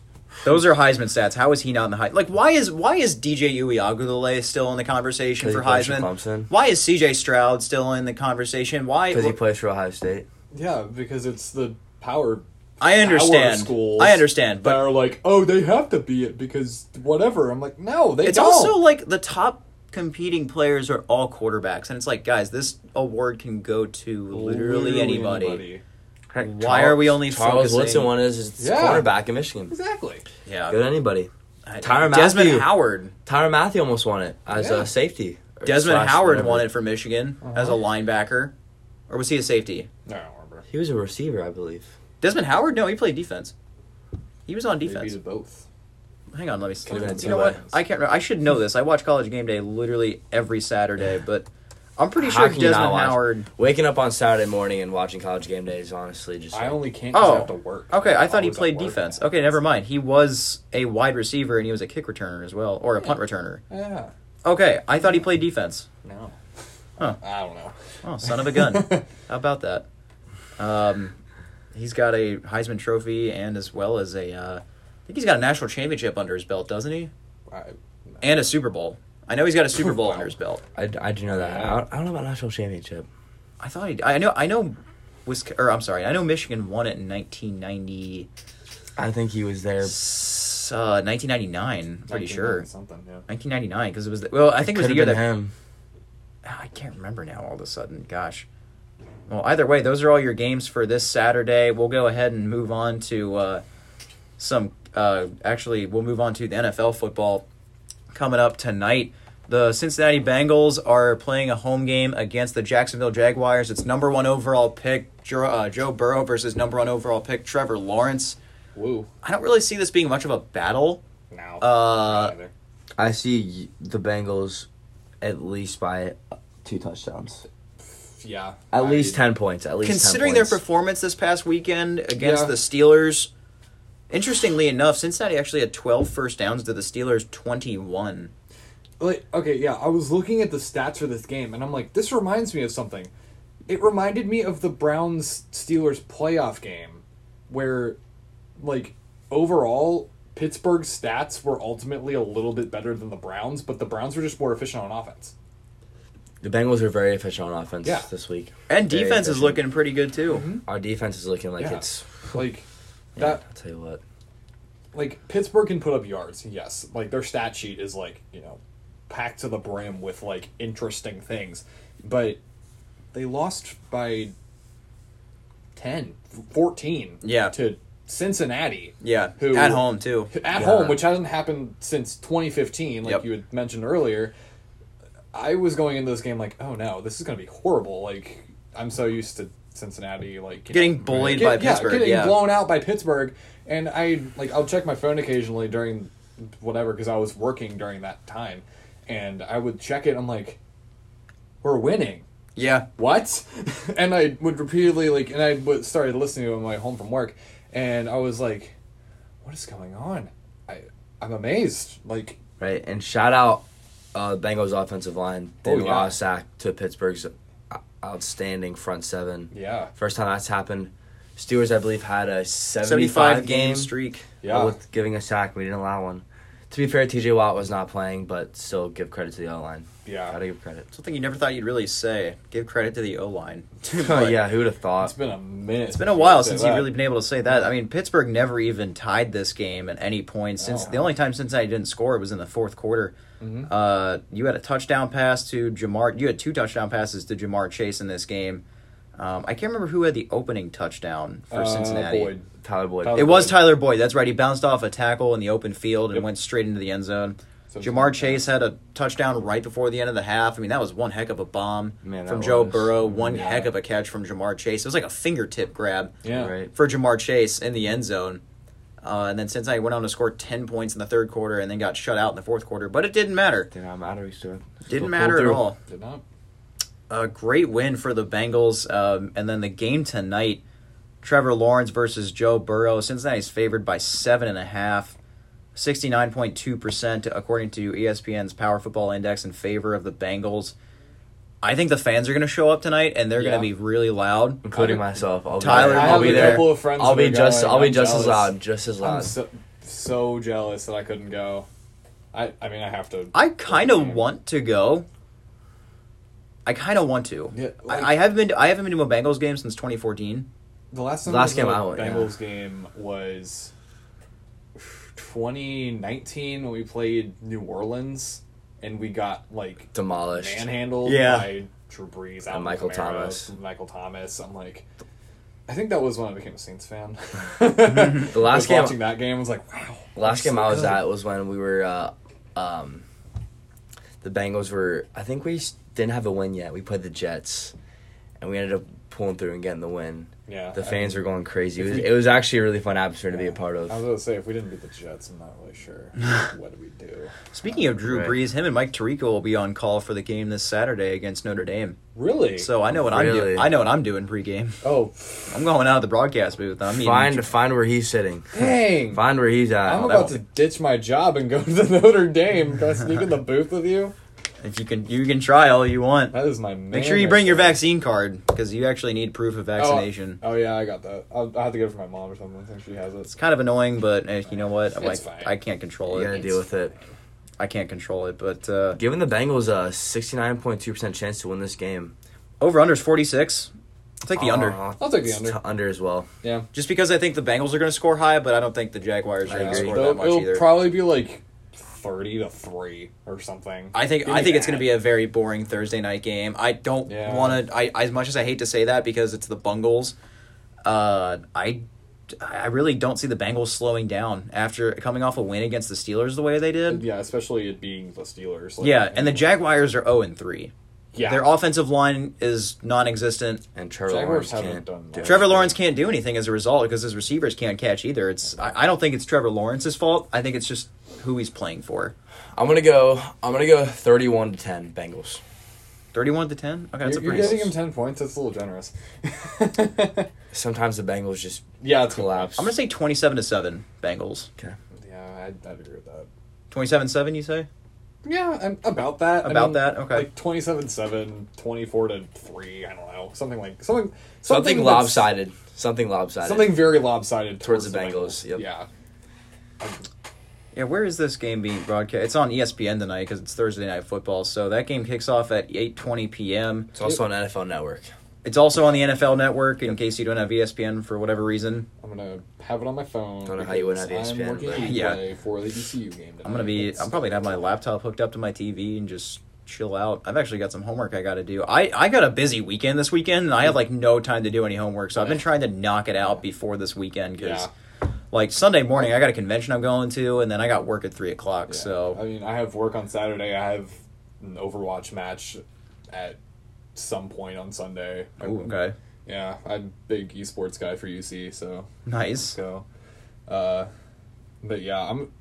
Those are Heisman stats. How is he not in the Heisman? Like, why is why is DJ Uiagalelei still in the conversation
'Cause
for
he plays for
Heisman?
Clemson.
Why is CJ Stroud still in the conversation? Why?
Because he plays for Ohio State.
Yeah, because it's the power
I
our
understand.
schools
I understand,
that
but
are like, oh, they have to be it because whatever. I'm like, no, they
it's
don't.
also like the top competing players are all quarterbacks, and it's like, guys, this award can go to literally, anybody.
Heck,
Why are we only
Charles
focusing-
Woodson won as his
Yeah.
quarterback in Michigan.
Exactly.
Yeah,
Go to anybody.
I-
Tyrann
Desmond
Matthew.
Howard.
Tyron Matthew almost won it as
Yeah.
a safety. or
Desmond
slash
Howard
whatever.
won it for Michigan as a linebacker, or was he a safety?
No, I don't remember.
He was a receiver, I believe.
Desmond Howard? No, he played defense. He was on
They
defense.
beat both.
Hang on, let me.
Could've been
you
two
know what?
lines.
I can't. Remember. I should know this. I watch College Game Day literally every Saturday, but I'm pretty
How
sure
can you not
Desmond
watch-
Howard.
Waking up on Saturday morning and watching college game day is honestly just.
I only can't 'cause I have to
Oh,
work.
okay. I
I'm
thought he
always at
played
work.
defense. Okay, never mind. He was a wide receiver and he was a kick returner as well, or a punt returner.
Yeah.
Okay, I thought he played defense.
No.
Huh.
I don't know.
Oh, son of a gun! How about that? Um, he's got a Heisman Trophy and as well as a. Uh, I think he's got a national championship under his belt, doesn't he?
I,
And a Super Bowl. I know he's got a Super Bowl
Wow.
under his belt.
I, I do know that.
Yeah.
I, don't, I don't know about national championship.
I thought he. I know. I know. Wisc or I'm sorry. I know Michigan won it in 1990.
I think he was
Uh,
there.
1999. uh, I'm pretty
1990
sure.
Something. Yeah.
1999 because it was. The, well, I think it was
Could
the
have
year
been
that.
him.
Ah, I can't remember now. All of a sudden, gosh. Well, either way, those are all your games for this Saturday. We'll go ahead and move on to uh, some. Uh, actually, we'll move on to the NFL football coming up tonight. The Cincinnati Bengals are playing a home game against the Jacksonville Jaguars. It's number one overall pick Joe, uh, Joe Burrow versus number one overall pick Trevor Lawrence.
Woo.
I don't really see this being much of a battle.
No.
Uh,
Neither.
I see the Bengals at least by two touchdowns.
yeah.
At
I-
least 10 points. At least 10
Considering their
points.
performance this past weekend against
Yeah.
the Steelers, interestingly enough, Cincinnati actually had 12 first downs to the Steelers 21.
Like, okay, yeah, I was looking at the stats for this game, and I'm like, this reminds me of something. It reminded me of the Browns Steelers playoff game, where, like, overall, Pittsburgh's stats were ultimately a little bit better than the Browns, but the Browns were just more efficient on offense.
The Bengals are very efficient on offense
Yeah.
this week.
And
Very
defense is
efficient. Mm-hmm.
looking pretty good too.
Our defense is looking like
Yeah.
it's.
Like,
Yeah,
Uh,
that,
I'll tell you what.
like, Pittsburgh can put up yards, yes. Like, their stat sheet is, like, you know, packed to the brim with, like, interesting things, but they lost by 10, 14
Yeah.
to Cincinnati
Yeah,
Who-
at home too.
at home, which hasn't happened since 2015, like
Yep.
you had mentioned earlier. I was going into this game like, oh no, this is going to be horrible. Like I'm so used to Cincinnati, like you
Getting
know,
bullied
get-
by
yeah,
Pittsburgh,
getting
yeah.
blown out by Pittsburgh, and I like I'll check my phone occasionally during whatever because I was working during that time, and I would check it. I'm like, we're winning
Yeah,
what? and I would repeatedly like, and I w- started listening to it on my way home from work, and I was like, "What is going on?" I I'm amazed. Like,
right? And shout out uh, Bengals offensive line. They
Oh, yeah.
lost sack to Pittsburgh's o- outstanding front seven.
yeah,
First time that's happened. Steelers, I believe, had a seventy-five,
seventy-five
game
game streak.
yeah.
with giving a sack. We didn't allow one. To be fair, T.J. Watt was not playing, but still give credit to the O line.
Yeah.
gotta give credit.
Something you never thought you'd really say. Give credit to the O line.
yeah, who would have thought?
it's been a minute.
It's been a while
Say
since
that.
you've really been able to say that. I mean, Pittsburgh never even tied this game at any point since
Oh.
the only time Cincinnati didn't score was in the fourth quarter.
Mm-hmm.
Uh, you had a touchdown pass to Jamar. You had two touchdown passes to Jamar Chase in this game. Um, I can't remember who had the opening touchdown for
Uh,
Cincinnati.
Boyd.
Tyler Boyd.
Tyler
It was
Boyd.
Tyler Boyd. That's right. He bounced off a tackle in the open field and
Yep.
went straight into the end zone.
So-
Jamar Chase had a touchdown right before the end of the half. I mean, that was one heck of a bomb
Man, that
from Joe
was-
Burrow. One
Yeah.
heck of a catch from Jamar Chase. It was like a fingertip grab
Yeah.
Right.
for Jamar Chase in the end zone. Uh, and then Cincinnati went on to score 10 points in the third quarter and then got shut out in the fourth quarter. But it didn't matter.
Did not matter. We still still
Didn't
pulled
matter at
through.
all.
Did not.
A great win for the Bengals. Um, and then the game tonight Trevor Lawrence versus Joe Burrow. Cincinnati's favored by seven and a half. 69.2% according to E ESPN's Power Football Index in favor of the Bengals. I think the fans are going to show up tonight and they're
Yeah.
going to be really loud.
including
I-
myself. I'll
Tyler,
be there.
I
I'll
have
be
a
there.
couple of friends
I'll
that
be
are
just.
going.
I'll be
I'm
just as
jealous.
loud. Just as
I'm
loud.
so, so jealous that I couldn't go. I I mean I have to.
I kind of
Okay.
want to go. I kind of want to.
Yeah, like-
I, I haven't been. To, I haven't been to a Bengals game since 2014.
The last time
The last
I
game I
was
went,
at
yeah.
a Bengals game was 2019 when we played New Orleans and we got like
Demolished.
manhandled
Yeah.
by Drew Brees Alvin
Michael
Kamara,
Thomas.
Michael Thomas. I'm like, I think that was when I became a Saints fan.
The last
I
game.
was watching that game, I was like, wow.
Last
they're
game
so
I was
good.
at was when we were, uh, um, the Bengals were. I think we s- didn't have a win yet. We played the Jets, and we ended up pulling through and getting the win.
Yeah,
The
I-
fans were going crazy. It
Uh, If
was,
we-
it was actually a really fun atmosphere to be a part
I was
of.
gonna say if we didn't beat the Jets, I'm not really sure what do we do.
Speaking of Drew
Right.
Brees, him and Mike Tirico will be on call for the game this Saturday against Notre Dame.
Really?
So I know what I'm
Really?
doing. I know what I'm doing pregame.
oh
I'm going out of the broadcast booth. I'm eating-
Find find where he's sitting.
dang!
Find where he's at.
I'm
That-
about to ditch my job and go to the Notre Dame. Can I sneak in the booth with you?
If you can, you can try all you want.
That is my man.
Make sure you
right
bring your
there.
vaccine card because you actually need proof of vaccination.
Oh yeah, I got that. I'll, I have to get it for my mom or something. I think she has it.
It's kind of annoying, but eh, you know what? I'm
It's
like,
fine.
I can't control
You gotta
it.
deal with it.
I can't control it, but uh,
Given the Bengals a sixty nine point two percent chance to win this game,
over under is 46. I'll take the under.
Aw,
I'll take the
it's
under.
t- Under as well.
Yeah.
Just because I think the Bengals are going to score high, but I don't think the Jaguars are
I
going to
agree.
score
It'll-
that much
it'll
either.
probably be like thirty to three or something.
I think
Give
I
me
think it's
that.
going to be a very boring Thursday night game. I don't
Yeah.
want to. I as much as I hate to say that because it's the Bungles. Uh, I I really don't see the Bengals slowing down after coming off a win against the Steelers the way they did.
yeah, especially it being the Steelers. Like,
Yeah, and the Jaguars are zero and three.
yeah,
Their offensive line is non-existent.
And Trevor
Jaguars
Lawrence
haven't
can't.
done
do
much.
it.
Trevor Lawrence can't do anything as a result because his receivers can't catch either. It's I, I don't think it's Trevor Lawrence's fault. I think it's just who he's playing for.
I'm gonna go. I'm gonna go 31 to 10 Bengals.
Thirty-one to ten. Okay, that's
you're,
a
you're
pretty.
giving him ten points. That's a little generous.
Sometimes the Bengals just
yeah, it's
collapse.
I'm gonna say twenty-seven to seven. Bengals.
Yeah, I'd, I'd agree with that.
Twenty-seven seven. You say?
Yeah, and about that. I
About
mean,
that, okay.
Like 27-7, 24 to three. I don't know, something like something, something,
something,
that's-
lopsided. Something lopsided.
something very lopsided
Towards the Bengals, yep.
Yeah,
Yeah, where is this game being broadcast? It's on E ESPN tonight because it's Thursday night football. So that game kicks off at eight twenty p.m.
It's also on NFL Network.
It's also on the NFL Network in case you don't have E ESPN for whatever reason.
I'm gonna have it on my phone.
Don't know how you wouldn't
E
have
because
ESPN,
I'm working
but-
Yeah.
replay for the ECU game.
I'm gonna be. I'm probably gonna have my laptop hooked up to my TV and just chill out. I've actually got some homework I got to do. I I got a busy weekend this weekend and I had like no time to do any homework, so I've been trying to knock it out before this weekend because
Yeah.
Like Sunday morning, I got a convention I'm going to, and then I got work at three o'clock. So
I mean, I have work on Saturday. I have an Overwatch match at some point on Sunday. I-
Ooh, okay,
Yeah, I'm a big esports guy for UC, so
nice.
so. Uh, but yeah, I'm.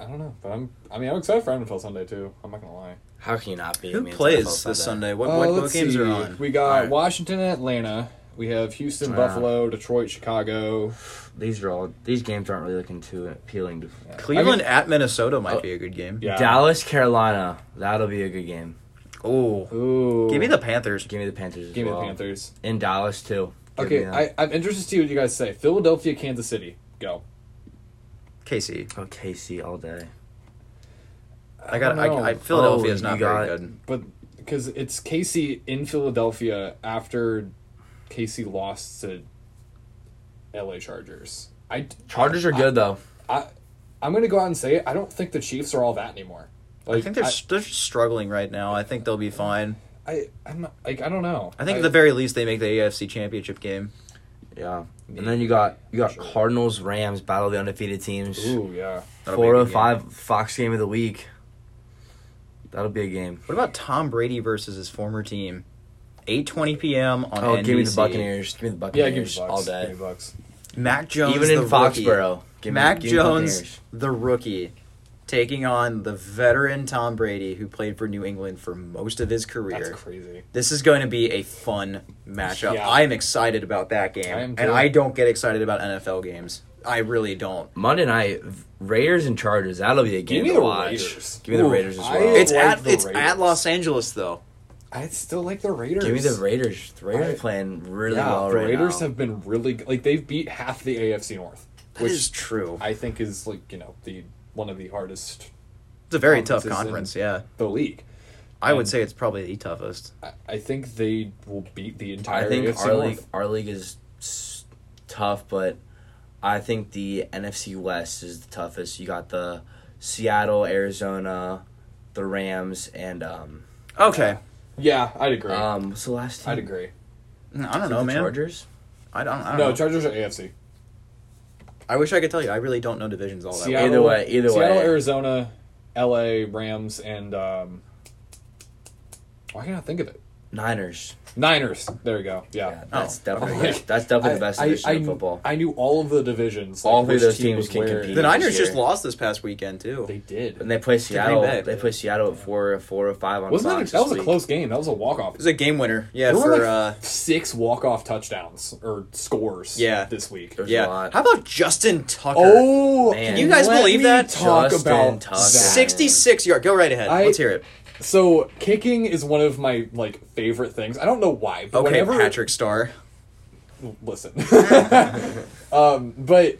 I don't know, but I'm. I mean, I'm excited for NFL Sunday too. I'm not gonna lie.
How can you not be? I
Who
mean, it's
plays
NFL
this
Sunday.
Sunday? What, what,
Uh,
what
let's
games are
see.
on?
We got
Alright.
Washington and Atlanta. We have Houston,
Yeah.
Buffalo, Detroit, Chicago.
These are all. These games aren't really looking too appealing to.
Cleveland at Minnesota might be a good game.
Yeah.
Dallas, Carolina. That'll be a good game.
Oh,
Ooh.
give me the Panthers.
Give me the Panthers. As
Give me
well.
the Panthers.
In Dallas too. Give me uh,
Okay,
them.
I, I'm interested to see what you guys say. Philadelphia, Kansas City, go.
KC.
Oh, KC all day.
I got.
don't
I,
know.
I, Philadelphia
Oh,
is not
you
very
got-
good.
But because it's Casey in Philadelphia after Casey lost to L.A. Chargers. I
Chargers are good though.
I I'm gonna go out and say it. I don't think the Chiefs are all that anymore. Like
I think they're s- they're struggling right now. I think they'll be fine.
I, I am not, like I don't know.
I think at the very least they make the AFC Championship game.
Yeah. And then you got you got Cardinals, Rams, battle of the undefeated teams.
Ooh yeah.
That'll be a
Four oh
good game.
five Fox game of the week. That'll be a game.
What about Tom Brady versus his former team? 8:20 p.m. on
Oh,
NBC.
give me the Buccaneers. Give me the
Yeah, give me
Buccaneers
bucks.
all
Give
day.
me bucks.
Mac Jones,
Even in
the rookie.
Foxborough. Give me-
Mac
give me
Jones,
Buccaneers.
the rookie, taking on the veteran Tom Brady, who played for New England for most of his
That's
career.
crazy.
This is going to be a fun matchup.
Yeah.
I'm excited about that game,
I am
and
too.
I don't get excited about NFL games. I really don't.
Monday night Raiders and Chargers. That'll be a game
me
to
the
watch.
Raiders.
Give me the
Ooh,
Raiders as
I-
well.
It's
like
at
the
it's
Raiders.
at Los Angeles though.
I still like the Raiders.
give me the Raiders. The Raiders
I-
are playing really
yeah,
well
the
right
Raiders
now.
have been really g- like they've beat half the AFC North,
That is
which
true.
I think is like you know the one of the hardest
It's a very tough
conferences in-
conference. Yeah,
the league.
I would say it's probably the toughest.
I, I think they will beat the entire
I think
AFC
our
North.
league, our league is s- tough, but I think the NFC West is the toughest. You got the Seattle, Arizona, the Rams, and um,
Okay,
Yeah, I'd agree.
um what's the last team?
I'd agree.
I don't
The
know, man.
Chargers.
I don't. I don't
No,
know.
Chargers are AFC.
I wish I could tell you. I really don't know divisions all that. well.
Seattle,
Either way, either
Seattle,
way.
Arizona, L.A. Rams, and um, why can't I think of it?
Niners.
Niners. There you go. Yeah.
Yeah, that's
Oh.
definitely
Okay.
that's definitely the best
Uh, I,
division
I,
of football.
I knew all of the divisions.
All three of
which
those
team
teams
was
can
where.
compete.
The Niners
this
just
year.
lost this past weekend too.
They did.
and they play Seattle.
Bay.
They play Seattle at four four or five on
Wasn't that
Fox
a, that was
this
a
week.
close game? That was a walk off.
It was a game winner. Yeah,
There
for
were like
uh,
six walk off touchdowns or scores.
Yeah.
this week.
There's a
yeah.
lot.
How about Justin Tucker?
Oh,
Can
Man.
you guys
let
believe
me
that?
Talk
Justin
about
Tucker.
that.
66 Uh, yard. Go right ahead.
I-
Let's hear it.
So kicking is one of my like favorite things. I don't know why. But
Okay,
whenever, Oh.
Patrick Starr.
Listen, um, but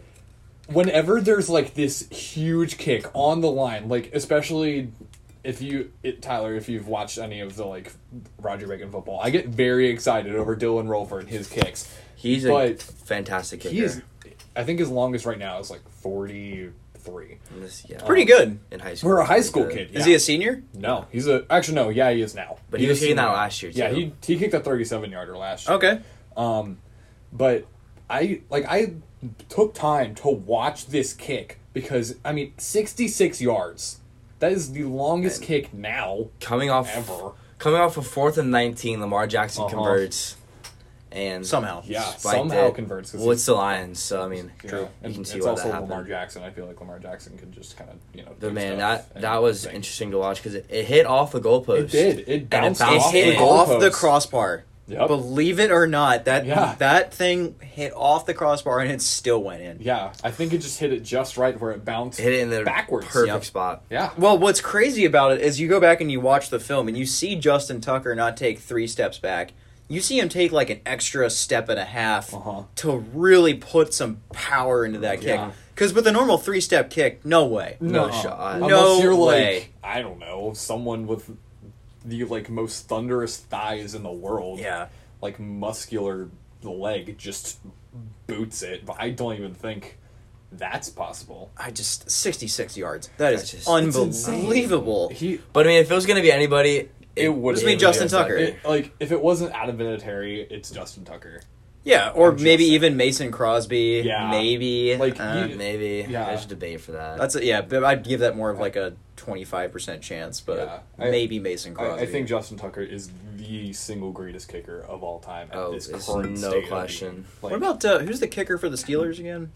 whenever there's like this huge kick on the line, like especially if you it, Tyler, if you've watched any of the like Roger Bacon football, I get very excited over Dylan Rolfer and his kicks.
He's a
But
fantastic kicker.
He is, I think, his longest right now is like forty three.
In this- yeah.
Pretty good.
in high school.
We're a high
Pretty
school
good.
kid.
Is
yeah.
he a senior?
No, he's a actually no, yeah, he is now.
But he was
a
hitting that
senior.
last year,
Yeah,
too. Oh,
he he kicked a thirty-seven yarder last year.
Okay.
but I like I took time to watch this kick because I mean sixty-six yards. That is the longest kick now.
coming off
Ever.
coming off a fourth and nineteen, Lamar Jackson
Uh-huh.
converts, and
Somehow.
Yeah,
spiked
somehow
it.
converts. 'cause
Well,
he's-
it's the Lions, so I mean,
you know,
true.
and
You can see
it's
why
also
that
Lamar
happened.
Jackson. I feel like Lamar Jackson could just kind of you know.
But
do
man,
stuff
that
and
that was
think.
interesting to watch because it, it hit off the goalpost.
It did. It bounced
bounced
off,
in.
Hit
the
off
goalpost.
the crossbar.
Yep.
Believe it or not, that
Yeah.
that thing hit off the crossbar and it still went in.
Yeah, I think it just hit it just right where it bounced.
Hit it in the
backwards.
perfect
Yep.
spot.
Yeah.
Well, what's crazy about it is you go back and you watch the film and you see Justin Tucker not take three steps back. You see him take like an extra step and a half
Uh-huh.
to really put some power into that kick.
Yeah.
Because with a normal three step kick, no way.
No
Nuh-uh.
shot.
Um, Unless
No
you're like
way.
I don't know, someone with the like most thunderous thighs in the world.
Yeah.
Like muscular leg just boots it, but I don't even think that's possible.
I just 66 yards. That is
That's just-
it's
unbelievable.
He
But I mean, if it was gonna be anybody,
it would
Just mean Justin Tucker.
It, like if it wasn't Adam Vinatieri, it's Justin Tucker.
Yeah, or
I'm just
maybe
saying.
even Mason Crosby.
Yeah.
Maybe
Like,
uh,
you-
Maybe
Yeah.
there's a debate for that.
that's a, yeah, but I'd give that more of like a twenty five percent chance, but
Yeah, I-
maybe Mason
I,
Crosby.
I think Justin Tucker is the single greatest kicker of all time. At
Oh,
this
it's
current
no
state of the
question.
game.
what about uh, who's the kicker for the Steelers again?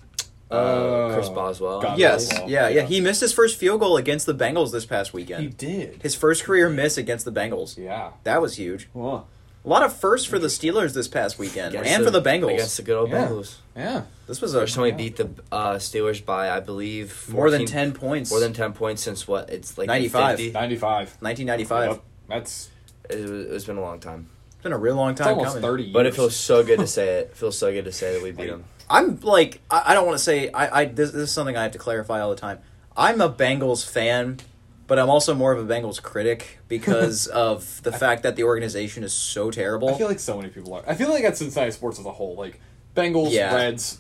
uh,
Oh,
Chris Boswell.
God.
Yes,
Boswell.
yeah, yeah.
Yeah.
He missed his first field goal against the Bengals this past
He
weekend.
did.
His first career miss against the Bengals.
Yeah.
That was huge. A lot of firsts for the Steelers this past weekend,
Against
and for the Bengals.
Against the good old
Yeah.
Bengals.
Yeah.
This was a
Or somebody beat the uh, Steelers by, I believe,
more than
14
ten points.
more than ten points since what? It's like
95.
50.
95.
nineteen ninety five.
Yep. That's
It was, it's been a long time,
It's been a real long
it's
time
almost
coming.
30
but it
years.
feels so good to say it. it feels so good to say that we beat them.
I'm like I, I don't want to say I, I this, this is something I have to clarify all the time. I'm a Bengals fan, but I'm also more of a Bengals critic because of the fact that the organization is so terrible.
I feel like so many people are. I feel like that's Cincinnati sports as a whole. Like, Bengals,
Yeah.
Reds,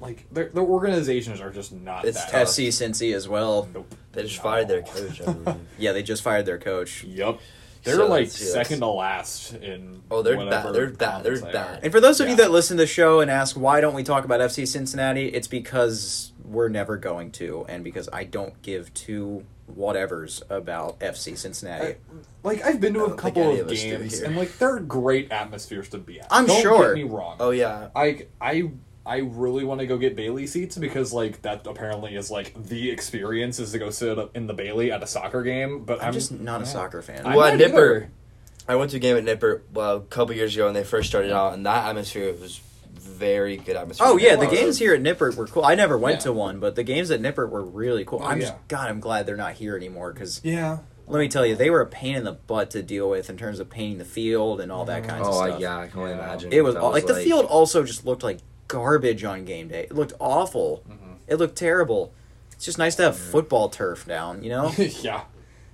like, their, their organizations are just not
It's
that.
tough.
FC Cincy as well.
Nope.
They just
No.
fired their coach. I believe.
Yeah, they just fired their coach.
Yep. They're
So
like
that's- yeah, that's-
second to last in.
Oh, they're
whatever
bad. They're bad. They're
conference they are.
bad.
And for those of you
Yeah.
that listen to the show and ask why don't we talk about FC Cincinnati, it's because we're never going to, and because I don't give two whatevers about FC Cincinnati.
Like I've been to
I
a
don't think
couple
any
of
of us do
games,
here.
and like they're great atmospheres to be at.
I'm
Don't
sure.
Get me wrong.
Oh yeah,
I I I really want to go get Bailey seats because like that apparently is like the experience is to go sit up in the Bailey at a soccer game. But I'm,
I'm, just not a soccer fan.
I'm
Well, at
not
Nipper,
either.
I went to a game at Nipper well, a couple years ago when they first started out, and that atmosphere was very good atmosphere.
Oh yeah, the
Wow.
games here at Nippert were cool. I never went
Yeah.
to one, but the games at Nippert were really cool.
Oh,
I'm just
yeah.
God, I'm glad they're not here anymore because
Yeah.
let me tell you, they were a pain in the butt to deal with in terms of painting the field and all
Mm.
that kinds of
Oh I-
stuff.
yeah, I can only imagine.
It was,
what
all,
that
like, the field also just looked like garbage on game day. It looked awful. It looked terrible. It's just nice to have football turf down, you know?
yeah.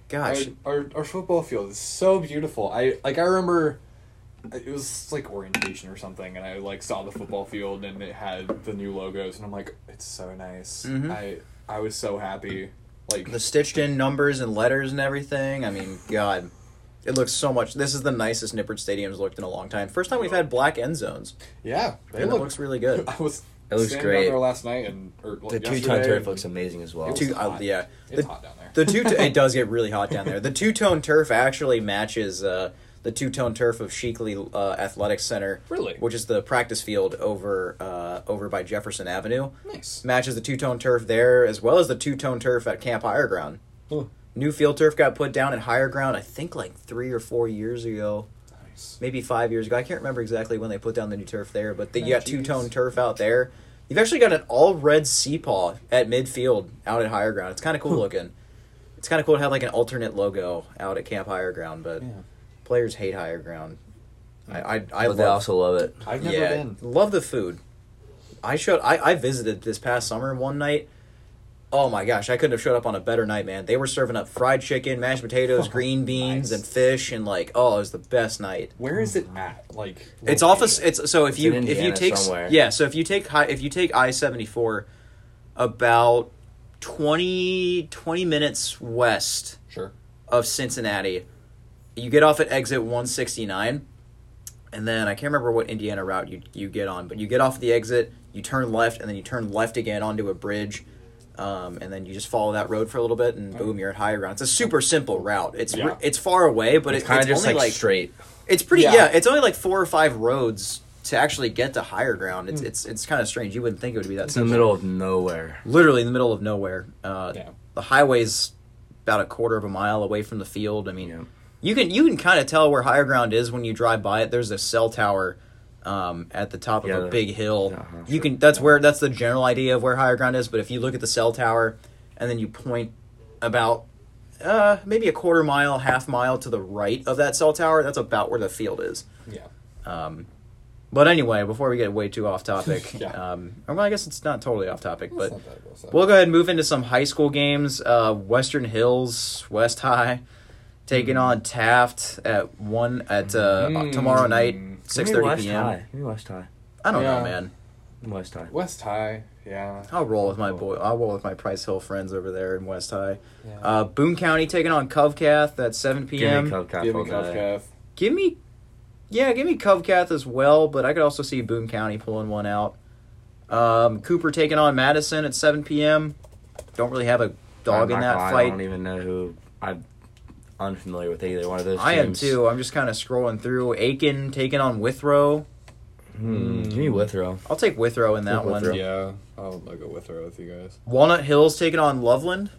Gosh,
Our, our our football field is so beautiful. I like I remember uh, it was like orientation or something, and I like saw the football field and it had the new logos, and I'm like, it's so nice.
Mhm.
I I was so happy. Like
the stitched in numbers and letters and everything. I mean, God, it looks so much. This is the nicest Nippert Stadium's looked in a long time. First time we've had black end zones.
yeah,
and It
looked-
looks really good.
I was.
It looks
standing
great.
Out there last night and or, like,
the two
yesterday,
ton turf
and
looks amazing as well.
It
Two, uh,
hot.
yeah,
It's
the,
hot down there.
the two. it does get really hot down there. The two tone turf actually matches uh, the two tone turf of Sheikley uh, Athletic Center,
Really?
which is the practice field over uh, over by Jefferson Avenue.
Nice.
Matches the two tone turf there as well as the two tone turf at Camp Higher Ground.
Huh.
New field turf got put down at Higher Ground, I think like three or four years ago,
Nice.
maybe five years ago. I can't remember exactly when they put down the new turf there, but they, you
Oh,
got two tone
geez.
turf out there. You've actually got an all red seapaw at midfield out at Higher Ground. It's kind of cool looking. It's kind of cool to have like an alternate logo out at Camp Higher Ground, but
Yeah.
players hate Higher Ground. I I, I
But they
love
also love it.
I've never
yeah,
been.
love the food. I showed. I, I visited this past summer one night. Oh my gosh, I couldn't have showed up on a better night, man. They were serving up fried chicken, mashed potatoes, green beans,
Oh,
and
Nice.
fish, and like, oh, it was the best night.
Where is it at? Like
It's off of it's so if
It's
you
in
if you
Indiana
take
somewhere.
yeah so if you take high if you take I seventy four, about 20, 20 minutes west
Sure.
of Cincinnati. You get off at exit 169, and then I can't remember what Indiana route you, you get on, but you get off the exit, you turn left, and then you turn left again onto a bridge, um, and then you just follow that road for a little bit, and boom, you're at higher ground. It's a super simple route. It's re-
Yeah.
it's far away, but
It's
it-
kind of
it's
just
only
like,
like
straight.
it's pretty. Yeah.
Yeah.
it's only like four or five roads to actually get to higher ground. It's it's it's kind of strange. You wouldn't think it would be that
It's Hmm. in
simple
the middle of nowhere.
literally in the middle of nowhere. Uh,
Yeah.
The highway's about a quarter of a mile away from the field. I mean,
Yeah.
you can you can kind of tell where higher ground is when you drive by it. There's a cell tower um, at the top
Yeah,
of a
the-
big hill.
Uh-huh,
you can that's where that's the general idea of where higher ground is. But if you look at the cell tower and then you point about uh, maybe a quarter mile, half mile to the right of that cell tower, that's about where the field is.
Yeah.
Um, but anyway, before we get way too off topic,
Yeah.
um, well, I guess it's not totally off topic, but
It's not that close, though.
We'll go ahead and move into some high school games. Uh, Western Hills, West High, taking
Hmm.
on Taft at one at uh,
Mm.
tomorrow night,
Give me
six thirty p.m.
Maybe West High.
I don't know,
Yeah.
man.
West High.
West High. Yeah.
I'll roll with my boy. I'll roll with my Price Hill friends over there in West High.
Yeah.
Uh, Boone County taking on Covcath at seven
Give me
p.m.
Cubcap
Give me
all
Cuff
day.
Cuff.
Give me Yeah, give me Covcath as well, but I could also see Boone County pulling one out. Um, Cooper taking on Madison at 7 p.m. Don't really have a dog
I'm
in
not
that
gonna lie, I
fight.
don't even know who I'm unfamiliar with either one of those.
I am
teams.
too. I'm just kind of scrolling through. Aiken taking on Withrow.
Hmm. Give me Withrow.
I'll take Withrow in that
Take
one.
Withrow.
Yeah, I'll, I'll go with her with you guys.
Walnut Hills taking on Loveland.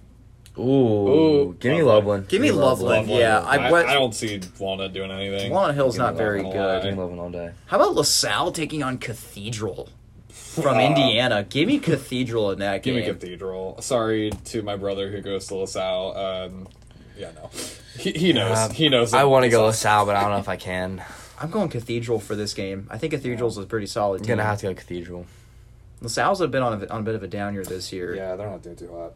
Ooh,
Ooh,
give me
Loveland.
Loveland.
Give me Loveland. Yeah, I,
I,
went-
I don't see Walnut doing anything.
Walnut Hill's
Give me
not very
Loveland.
good.
Give me Loveland all day.
How about LaSalle taking on Cathedral from Indiana? Give me Cathedral in that
Give me
game.
Cathedral. Sorry to my brother who goes to LaSalle. Um, yeah, no. He, he knows.
Uh,
he knows.
I
that
want to go
LaSalle-
LaSalle, but I don't know if I can.
I'm going Cathedral for this game. I think Cathedral's a pretty solid
I'm
team.
gonna have to go Cathedral.
LaSalle's have been on a, on a bit of a down year this year.
Yeah, they're not doing too hot.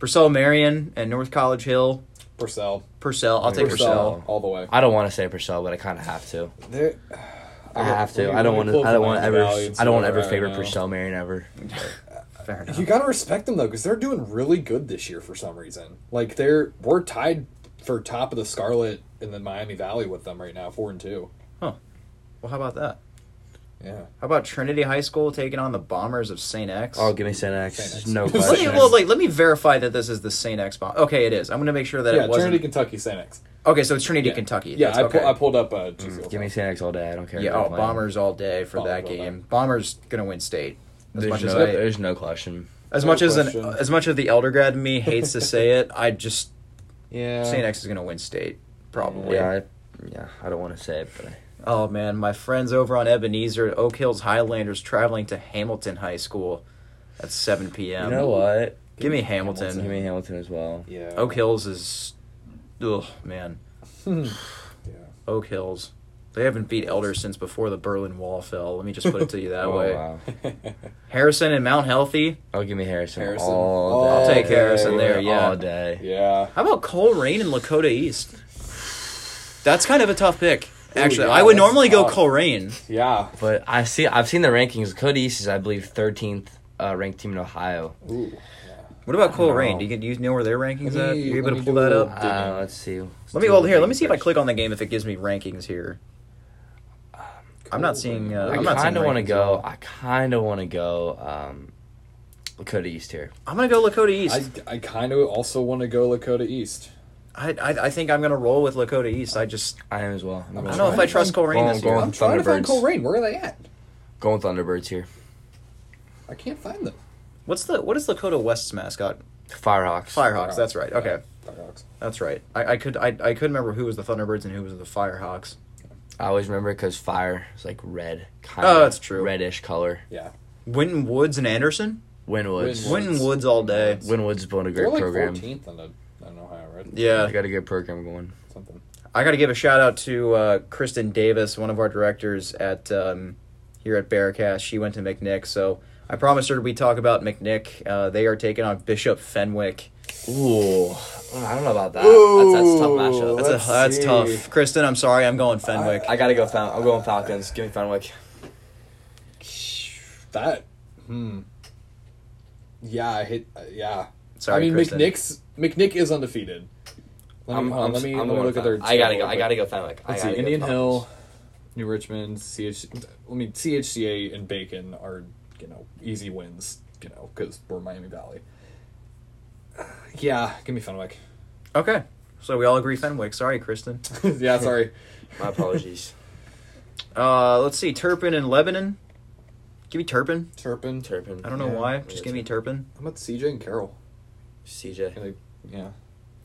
Purcell Marion and North College Hill.
Purcell.
Purcell, I'll take Purcell.
Purcell. All the way.
I don't want to say Purcell, but I kind of have to.
They're-
I
Okay,
have
let
to.
me-
I don't
let
want
me
to.
pull
I don't
from
want
the
to ever.
Valley and
I
see
don't want to
where
ever
I
favor
uh,
am.
Purcell Marion ever.
Fair enough.
You gotta respect them though, because they're doing really good this year for some reason. Like they're we're tied for top of the Scarlet in the Miami Valley with them right now, four and two.
Well, how about that?
Yeah,
How about Trinity High School taking on the Bombers of St. X?
Oh, give me Saint
Saint X.
X. No
Let me-
let me,
question.
well, like, let me verify that this is the St. X bomb. Okay, it is. I'm going to make sure that
yeah.
it wasn't.
Trinity, Kentucky, Sanex.
Okay, so it's Trinity,
Yeah.
Kentucky.
Yeah,
That's
I,
okay. Mm,
pu- I pulled up uh, GCL.
Give me Saint X all day. I don't care.
Yeah,
who they're
oh,
playing.
Bombers all day for that
Bombers all
game. Bombers gonna win state. As
There's
much
no,
as I,
there's no question.
as
no
much as an,
question.
as much of the elder grad in me hates to say it, I just
Yeah.
Saint X is gonna win state probably.
Yeah, I, yeah. I don't want to say it, but
Oh man, my friends over on Ebenezer, Oak Hills Highlanders traveling to Hamilton High School at 7 p.m.
you know what?
Give me Hamilton.
Give me Hamilton as well.
Yeah.
Oak Hills is, ugh, man. Oak Hills. They haven't beat Elder since before the Berlin Wall fell. Let me just put it to you that
oh
way.
wow.
Harrison and Mount Healthy.
Oh, give me Harrison,
Harrison.
all
I'll
day.
take Harrison
there, yeah.
all day.
yeah.
How about Coleraine and Lakota East? That's kind of a tough pick. Actually,
yeah,
I would
that's
normally go
tough.
Coleraine.
Yeah.
But I see. I've seen the rankings. Cody East is, I believe, thirteenth uh, ranked team in Ohio.
Ooh.
What about Coleraine?
know.
Do you, do you know where their rankings
Let
at?
me-
You able
let
to
me
pull
do a
that
little-
up? Ah.
Uh, let's see.
Let me hold here. Let me see if I click on the game if it gives me rankings here. I'm not seeing. Uh,
I
I'm not seeing.
kind of want to
rankings.
go. I kind of want to go. Um, Lakota East here.
I'm gonna go Lakota East.
I, I kind of also want to go Lakota East.
I, I I think I'm gonna roll with Lakota East. I just
I am as well. I'm
I don't know if I trust Coleraine this year.
Go on.
I'm trying to find
Thunderbirds.
Coleraine. Where are they at?
going Thunderbirds here.
I can't find them.
What's the what is Lakota West's mascot?
Firehawks.
Firehawks. That's right. Okay,
Firehawks.
that's right. I, I could I, I couldn't remember who was the Thunderbirds and who was the Firehawks.
I always remember because fire is like red. Kind
Oh, that's true.
Reddish color.
Yeah.
Winton Woods and Anderson.
Winwoods.
Win-
Winton Woods all day.
Winwoods is building a
They're
great
like
program.
14th in the, I don't know how I read
Yeah,
They got a good program going.
something.
I got to give a shout out to uh, Kristen Davis, one of our directors at um, here at Bearcast. She went to McNick, so I promised her we talk about McNick. Uh, they are taking on Bishop Fenwick.
Ooh, Oh, I don't know about that.
That's-
that's, a
that's a tough
tough
Ooh, matchup.
matchup.
That's
Let's
a, that's
see.
tough, Kristen. I'm sorry, I'm going Fenwick.
I gotta go. Fal- I'm going Falcons. Give me Fenwick.
That. Hmm. Yeah, I hit. Uh, yeah.
sorry,
I mean,
Kristen.
McNick's McNick is undefeated. Let me,
I'm,
hold on,
I'm,
let me,
I'm
let me
going
look at their.
Fal- I gotta go.
schedule real
I
quick.
gotta go Fenwick. I
Let's
gotta
see.
go
Indian
Falcons.
Hill, New Richmond, CH. I mean, CHCA and Bacon are you know easy wins. You know, because we're Miami Valley. Uh, Yeah, give me Fenwick.
Okay, so we all agree Fenwick. Sorry, Kristen.
yeah, sorry.
My apologies.
Uh, let's see, Turpin and Lebanon. Give me Turpin.
Turpin.
Turpin.
I don't know
Yeah,
why. Just give me Turpin.
How about CJ and Carroll?
CJ.
Like, yeah.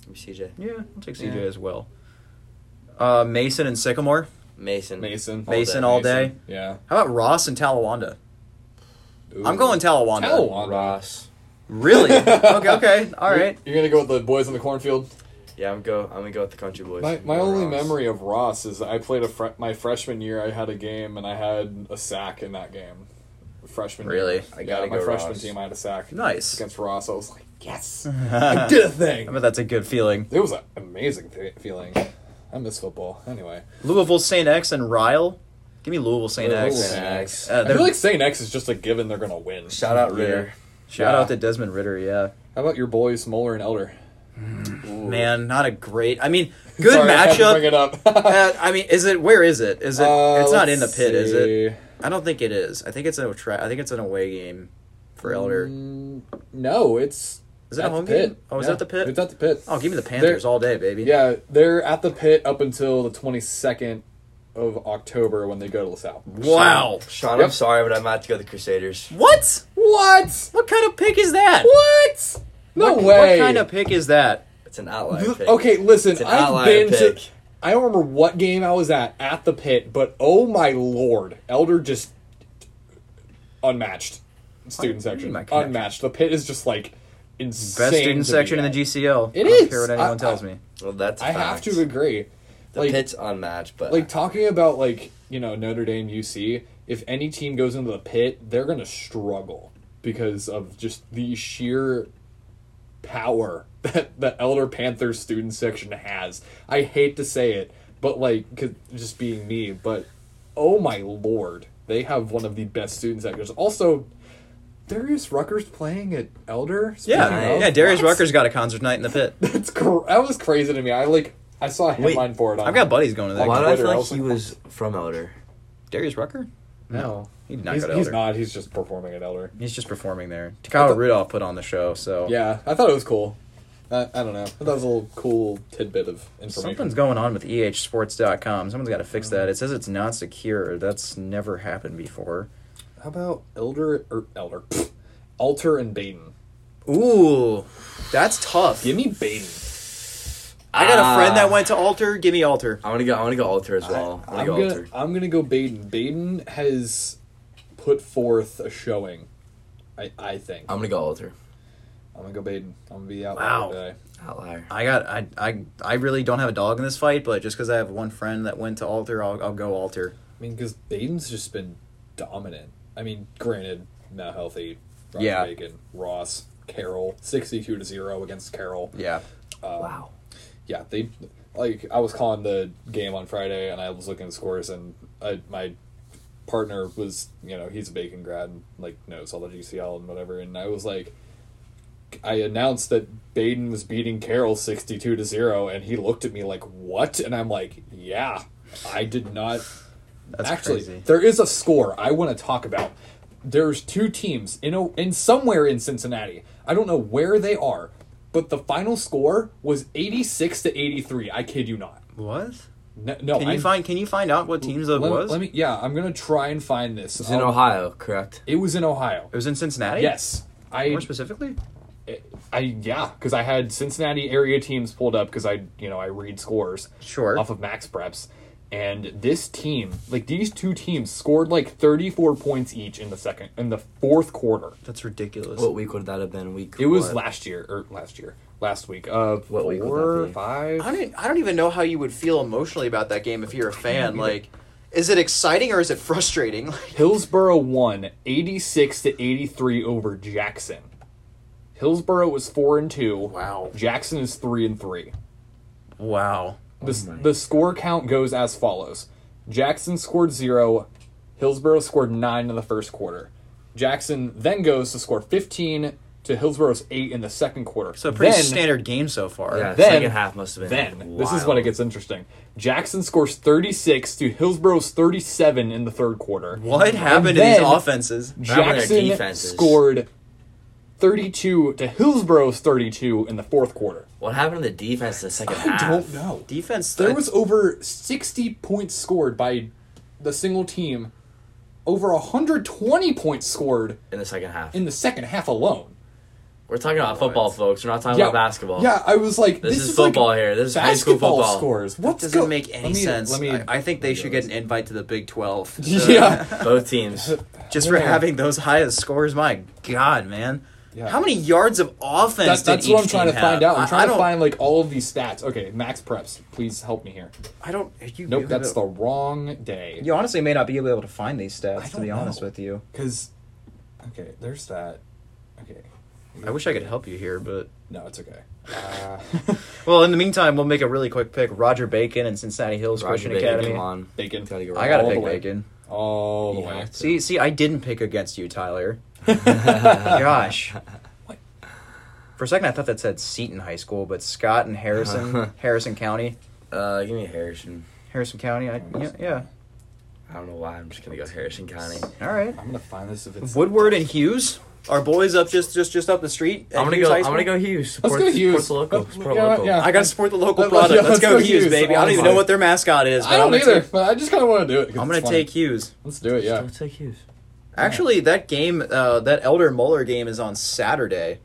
Give me CJ.
Yeah, I'll take CJ
Yeah.
as well. Uh, Mason and Sycamore.
Mason.
Mason.
All
Mason
day.
all day.
Mason. Yeah.
How about Ross and Talawanda? I'm
Ooh.
going Talawanda.
Talawanda.
Ross.
Really? okay, okay. All
You're-
right.
You're gonna go with the boys in the cornfield.
Yeah, I'm go. I'm gonna go with the Country Boys.
My, my
Go
only
Ross.
memory of Ross is I played a fre- my freshman year. I had a game and I had a sack in that game. Freshman.
Really?
Year.
I gotta
yeah, my
go
freshman
Ross.
team. I had a sack.
Nice.
against Ross. I was like, yes, I
I
did a thing.
bet that's a good feeling.
It was an amazing fe- feeling. I miss football. Anyway,
Louisville St. X and Ryle. Give me Louisville St. X.
Louisville.
Max.
Uh,
I
they're-
feel like St. X is just a given. They're gonna win.
Shout out Ritter.
Shout
Yeah.
out to Desmond Ritter, yeah.
How about your boys Moeller and Elder?
Man, not a great. I mean, good
Sorry, I had to Bring
matchup.
it up.
Uh, I mean, is it where is it? Is it?
Uh,
it's not
let's
in the pit, is it?
see.
I don't think it is. I think it's a tra- I think it's an away game for Elder.
Mm,
No, it's
Is it a
at the
home
pit.
game? Oh, is
Yeah,
that the pit?
It's at the pit.
oh, give me the Panthers all day, baby.
Yeah, they're at the pit up until the 22nd of October when they go to LaSalle.
Wow.
Sean, I'm
Yep.
sorry, but I'm about to go to the Crusaders.
What?
What?
What kind of pick is that?
What? No
What-
way.
What kind of pick is that?
It's an outlier
Th-
pick.
Okay, listen,
It's an
I've
outlier
been
pick.
to. I don't remember what game I was at at the pit, but oh my lord, Elder just unmatched student section,
my connection.
unmatched. The pit is just like insane.
Best student
to be
section in the
at.
GCL.
It
I don't
is.
care what anyone
I-
tells
I-
me.
Well, that's a
I have
fact.
to agree.
The
like-
pit's unmatched, but
Like talking about like you know Notre Dame, UC. If any team goes into the pit, they're gonna struggle because of just the sheer power that the Elder Panther student section has. I hate to say it, but like 'cause- just being me, but oh my lord, they have one of the best student sections. Also, Darius Rucker's playing at Elder. speaking
Yeah,
of.
yeah. Darius Rucker's got a concert night in the pit.
That's cr- that was crazy to me. I like I saw a headline for it. On
I've got buddies going to that.
why do I
Twitter,
feel
I
like
was
he
like-
was from Elder?
Darius Rucker?
no.
He did not
he's,
go to
he's
Elder.
not. He's just performing at Elder.
He's just performing there. Takao Rudolph put on the show, so
Yeah, I thought it was cool. I, I don't know. I thought that was a little cool tidbit of information.
Something's going on with E ehsports.com. Someone's got to fix that. It says it's not secure. That's never happened before.
How about Elder or Elder, Pfft. Alter and Baden?
Ooh, that's tough.
Give me Baden.
I got a friend that
Ah.
went to Alter. Give me Alter.
I want to go. I want to go Alter as well. I,
I'm
want to go
gonna
Alter.
I'm gonna go Baden. Baden has put forth a showing. I I think
I'm
I'm,
gonna go Alter.
gonna go Baden. I'm gonna be out
Wow.
today.
Outlier.
I got. I. I. I really don't have a dog in this fight, but just because I have one friend that went to Alter, I'll, I'll go Alter.
I mean, because Baden's just been dominant. I mean, granted, not healthy. Roger
Yeah.
Bacon, Ross, Carroll, sixty-two to zero against Carroll.
Yeah.
wow.
Um, yeah, they like I was calling the game on Friday and I was looking at scores and I, my partner was you know he's a Bacon grad and like knows all the GCL and whatever and I was like I announced that Baden was beating Carroll sixty two to zero and he looked at me like what and I'm like yeah I did not
That's
actually
crazy.
there is a score I want to talk about. There's two teams in a, in somewhere in Cincinnati. I don't know where they are, but the final score was 86 to 83. I kid you not.
What?
No, no
Can
I,
you find? Can you find out what teams that
let,
was?
let me yeah, I'm going to try and find this.
It's in
I'll-
Ohio, correct?
It was in Ohio.
It was in Cincinnati.
Yes. I
More specifically.
I yeah, cuz I had Cincinnati area teams pulled up cuz I, you know, I read scores.
Sure.
off of max preps and this team like these two teams scored like 34 points each in the second in the fourth quarter
That's ridiculous.
What week would that have been? Week.
it was
what?
last year or last year last week uh
What week would
four
that be?
five
I don't. e, I don't even know how you would feel emotionally about that game if you're a fan. Like, is it exciting or is it frustrating? Like,
hillsboro won 86 to 83 over jackson hillsboro was four and two
Wow.
jackson is three and three
wow.
The, the score count goes as follows Jackson scored zero, Hillsborough scored nine in the first quarter. Jackson then goes to score 15 to Hillsborough's eight in the second quarter.
So a pretty
then,
standard game so far.
Yeah,
Then-
second half must have been.
Then, this is
wild.
when it gets interesting. Jackson scores 36 to Hillsborough's 37 in the third quarter.
What happened to
then-
these offenses?
happened to their
Jackson
defenses?
scored 32 to Hillsborough's 32 in the fourth quarter.
What happened to the defense in the second half?
know.
Defense.
There
I-
was over 60 points scored by the single team, over 120 points scored
in the second half.
in the second half alone.
We're talking about football, folks. We're not talking about basketball.
Yeah, I was like,
This
this,
is
like
football here. This is high school
basketball
football.
scores. What
doesn't make any sense.
Let me.
I, I think they should get an invite to the Big Twelve. So,
yeah,
Both teams.
Just for
Yeah.
having those highest scores, my God, man.
Yeah.
How many yards of offense?
that, that's
did
what I'm
each
trying to
team have?
find out.
I-
I'm trying
I
to
don't-
find like all of these stats. Okay, Max Preps, please help me here.
I don't. You,
Nope, that's the wrong day.
You honestly may not be able to find these stats. To
don't
be honest
know.
with you,
Because, okay, there's that. Okay,
I wish I could help you here, but
no, it's okay.
well, in the meantime, we'll make a really quick pick: Roger Bacon and Cincinnati Hills
Roger
Christian
Bacon,
Academy.
come on.
Bacon.
Gotta go
I gotta
All
pick
the way.
Bacon.
All the
You
way.
have to.
See, see, I didn't pick against you, Tyler. Gosh, For a second, I thought that said Seton High School, but Scott and Harrison, Harrison County,
Uh, give me Harrison.
Harrison County. I, yeah, yeah.
I don't know why. I'm just gonna go Harrison County.
All right.
I'm gonna find this if it's
Woodward and Hughes, our boys up just just just up the street. at
I'm gonna
Hughes
go.
High
I'm
School.
gonna go Hughes.
Let's
Support,
go Hughes.
Support the local.
Let's-
Support
you know what,
local.
yeah.
I gotta support the local
Let's-
product.
yeah,
let's, go, Hughes, baby. I don't even know
Honestly.
what their mascot is. But
I don't
am
either, but I just kind of want to do it. 'cause
I'm
it's
gonna
fun.
take Hughes.
Let's do it. Yeah.
Let's take Hughes.
Actually, that game, uh, that Elder Muller game, is on Saturday.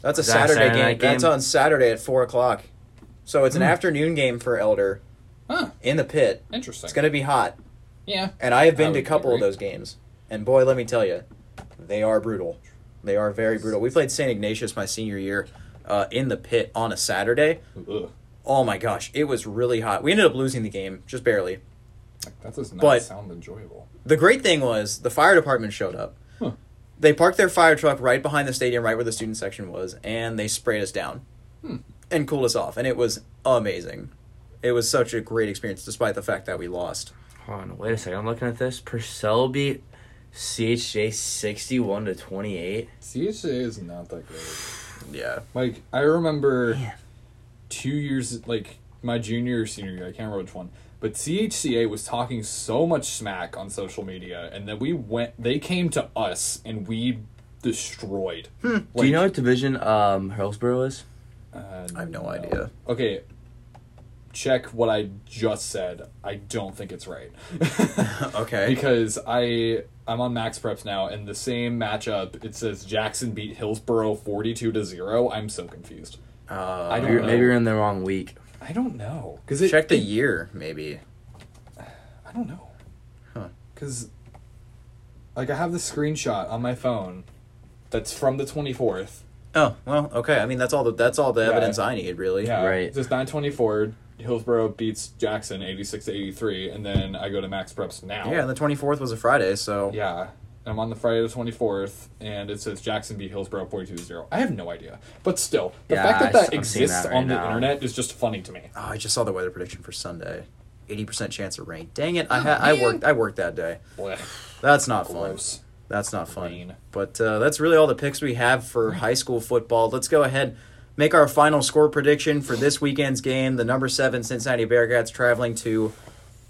That's a
Is that a
Saturday,
Saturday
game.
night game? Hmm.
That's on Saturday at four o'clock. So it's an afternoon game for Elder
Huh.
in the pit.
Interesting.
It's gonna be hot,
yeah.
and I have
I
been to a
would
couple of
agree.
those games. And boy, let me tell you, they are brutal. They are very brutal. We played St. Ignatius my senior year uh, in the pit on a Saturday.
Ugh.
Oh my gosh, it was really hot. We ended up losing the game just barely.
That does not
But-
sound enjoyable.
The great thing was the fire department showed up. They parked their fire truck right behind the stadium, right where the student section was, and they sprayed us down
Hmm.
and cooled us off. And it was amazing. It was such a great experience, despite the fact that we lost.
Hold on. Wait a second. I'm looking at this. Purcell beat CHJ 61 to 28.
CHA is not that great.
Yeah.
Like I remember two years like my junior or senior year, I can't remember which one. But CHCA was talking so much smack on social media and then we went they came to us and we destroyed. Like,
Do you know what division um Hurlsboro is?
uh,
I have no idea.
Okay. Check what I just said. I don't think it's right.
Okay.
because I I'm on Max Preps now, and the same matchup it says Jackson beat Hillsboro forty two to zero. I'm so confused.
Uh,
I don't
You're-
know.
maybe you're in the wrong week.
I don't know because it.
check the year, maybe.
I don't know.
Huh.
Because like I have the screenshot on my phone that's from the twenty fourth.
Oh well, okay. I mean, that's all the that's all the
Yeah.
evidence I need, really.
Yeah,
Right.
It's nine twenty four. Hillsboro beats Jackson eighty six to eighty three, and then I go to Max Preps now.
Yeah, and the twenty fourth was a Friday, so
Yeah. And I'm on the Friday the 24th, and it says Jackson beat Hillsborough 42 0. I have no idea. But still, the
Yeah,
fact
I
that that
s- I'm seeing
exists
that right
on the
now.
internet is just funny to me.
Oh, I just saw the weather prediction for Sunday. Eighty percent chance of rain. Dang
Oh,
it! I ha- I worked. I worked that day.
Blech.
That's not fun.
Gross.
That's not fun.
Rain.
But uh, that's really all the picks we have for high school football. Let's go ahead, make our final score prediction for this weekend's game. The number seven Cincinnati Bearcats traveling to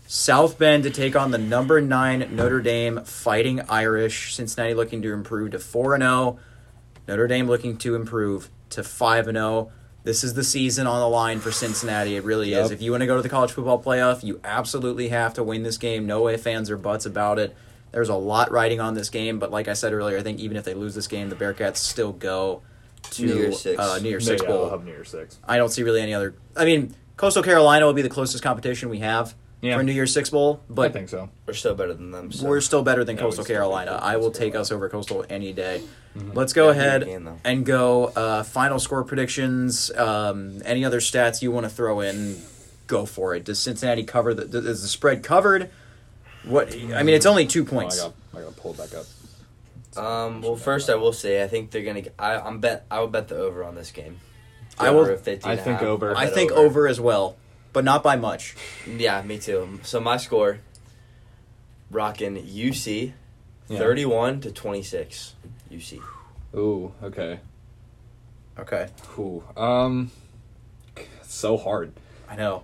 South Bend to take on the number nine Notre Dame Fighting Irish. Cincinnati looking to improve to four and oh. zero. Notre Dame looking to improve to five and zero. This is the season on the line for Cincinnati. It really is.
Yep.
If you want to go to the college football playoff, you absolutely have to win this game. No ifs, ands, or buts about it. There's a lot riding on this game, but like I said earlier, I think even if they lose this game, the Bearcats still go to
New Year's Six.
Uh, New Year's
Maybe
Six
I'll
bowl.
have New Year's Six.
I don't see really any other. I mean, Coastal Carolina will be the closest competition we have
Yeah.
for New Year's Six Bowl,
I
but
think so.
We're still better than them. So.
we're still better than
Yeah,
Coastal
we're still
Carolina.
better Mm-hmm. than
I will
Coastal
take us over Coastal any day. Let's go
Yeah,
ahead
we can, though.
and go uh, final score predictions. Um, any other stats you want to throw in? Go for it. Does Cincinnati cover the? Is the spread covered? What I mean, it's only two
Oh, I
points.
got, I got pulled back up.
Um. Well, first I will say I think they're gonna. g- I I'm bet. I would bet the over on this game.
I will-
Over If they
I think over.
I think over as well, but not by much.
Yeah, me too. So my score, rocking UC,
Yeah.
thirty-one to twenty-six. UC.
Ooh, okay.
Okay,
Ooh. Um, it's so hard.
I know.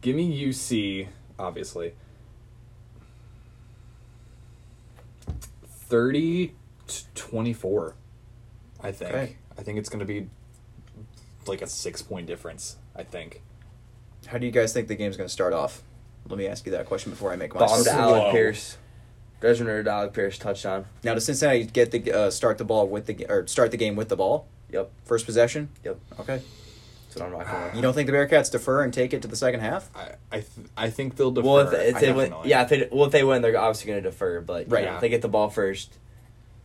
Give me UC, obviously. 30 to 24, I think.
Okay.
I think it's going to be like a six point difference, I think.
How do you guys think the game's going to start off? Let me ask you that question before I make my.
Bomb
score.
to
Slow.
Alec Pierce. Desmond Alec Pierce touchdown.
Now, does Cincinnati get the uh, start the ball with the g- or start the game with the ball?
Yep.
First possession.
Yep.
Okay.
That's what I'm rocking. with.
You don't think the Bearcats defer and take it to the second half?
I I, th- I think they'll defer.
Well, if, if
I
they win,
definitely-
yeah, if they, well, if they win, they're obviously going to defer. But you
Right.
know, if they get the ball first,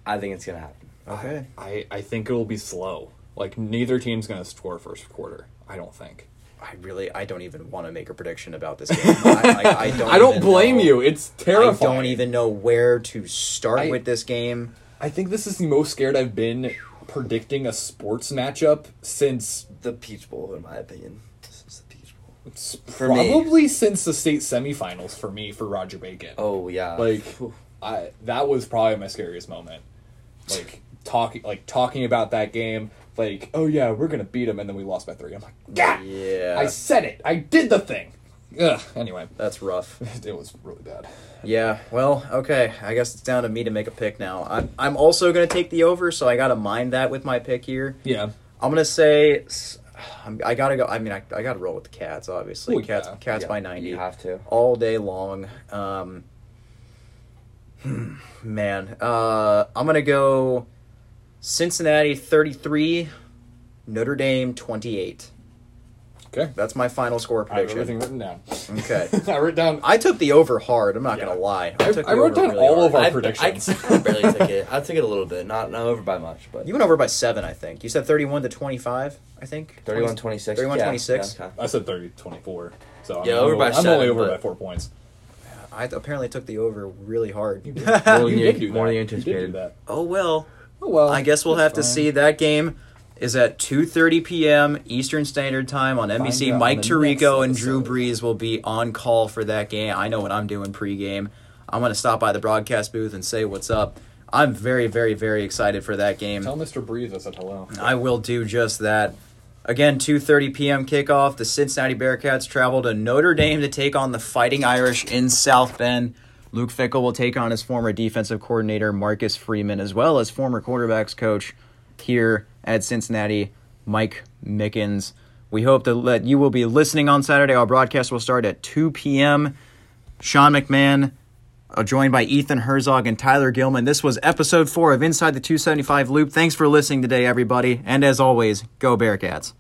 I think it's going to happen.
Okay.
I, I think it'll be slow. Like, neither team's going to score first quarter, I don't think.
I really, I don't even want to make a prediction about this game. I, I, I don't.
I don't
even
blame
know-
you. It's
I
terrifying.
don't even know where to start
I-
with this game.
I think this is the most scared I've been predicting a sports matchup since
The Peach Bowl, in my opinion, this is the Peach Bowl.
S-
For me.
probably since the state semifinals for me for Roger Bacon.
Oh yeah,
Like I that was probably my scariest moment.
like talking like talking about that game. Like, oh yeah, we're gonna beat them, and then we lost by three. I'm like, yeah,
Yeah.
I said it. I did the thing. Ugh. Anyway,
That's rough.
it was really bad.
Yeah. Well, okay. I guess it's down to me to make a pick now. I'm, I'm also going to take the over, so I got to mind that with my pick here.
Yeah.
I'm going to say s- I'm, I got to go. I mean, I, I got to roll with the Cats, obviously.
Ooh,
cats
yeah.
cats
Yeah,
by 90.
You have to.
all day long. Um, hmm, man, uh, I'm gonna go Cincinnati 33, Notre Dame 28.
Okay.
that's my final score
I have everything
prediction.
written down.
Okay,
I wrote down.
I took the over hard. I'm not
Yeah.
gonna lie. I, took
I
the
wrote
over
down
really
all
hard.
of our
I,
predictions.
I barely took it. I took it a little bit, not not over by much, but
You went over by seven, I think. You said 31 to 25, I think.
31 26.
31 26.
Yeah, okay.
I said 30, 24. So I'm
Yeah, over
only-
by
I'm
seven,
only over
but-
by four points.
I apparently took the over really hard.
More than you- more than you
You
anticipated.
did do that.
oh well.
Oh well.
I guess we'll have to
fine.
see. That game is at 2:30 p.m. Eastern Standard Time on NBC.
out on
Mike
the
Tirico
next
and Drew
episode.
Brees will be on call for that game. I know what I'm doing pregame. I'm gonna stop by the broadcast booth and say what's up. I'm very, very, very excited for that game.
Tell Mr. Breeze I said hello.
I will do just that. Again, 2:30 p.m. kickoff. The Cincinnati Bearcats travel to Notre Dame to take on the Fighting Irish in South Bend. Luke Fickle will take on his former defensive coordinator Marcus Freeman, as well as former quarterbacks coach here at Cincinnati, Mike Mickens. We hope that that you will be listening on Saturday. Our broadcast will start at 2 p.m. Sean McMahon, uh, joined by Ethan Herzog and Tyler Gilman. This was episode four of Inside the 275 Loop. Thanks for listening today, everybody. And as always, go Bearcats.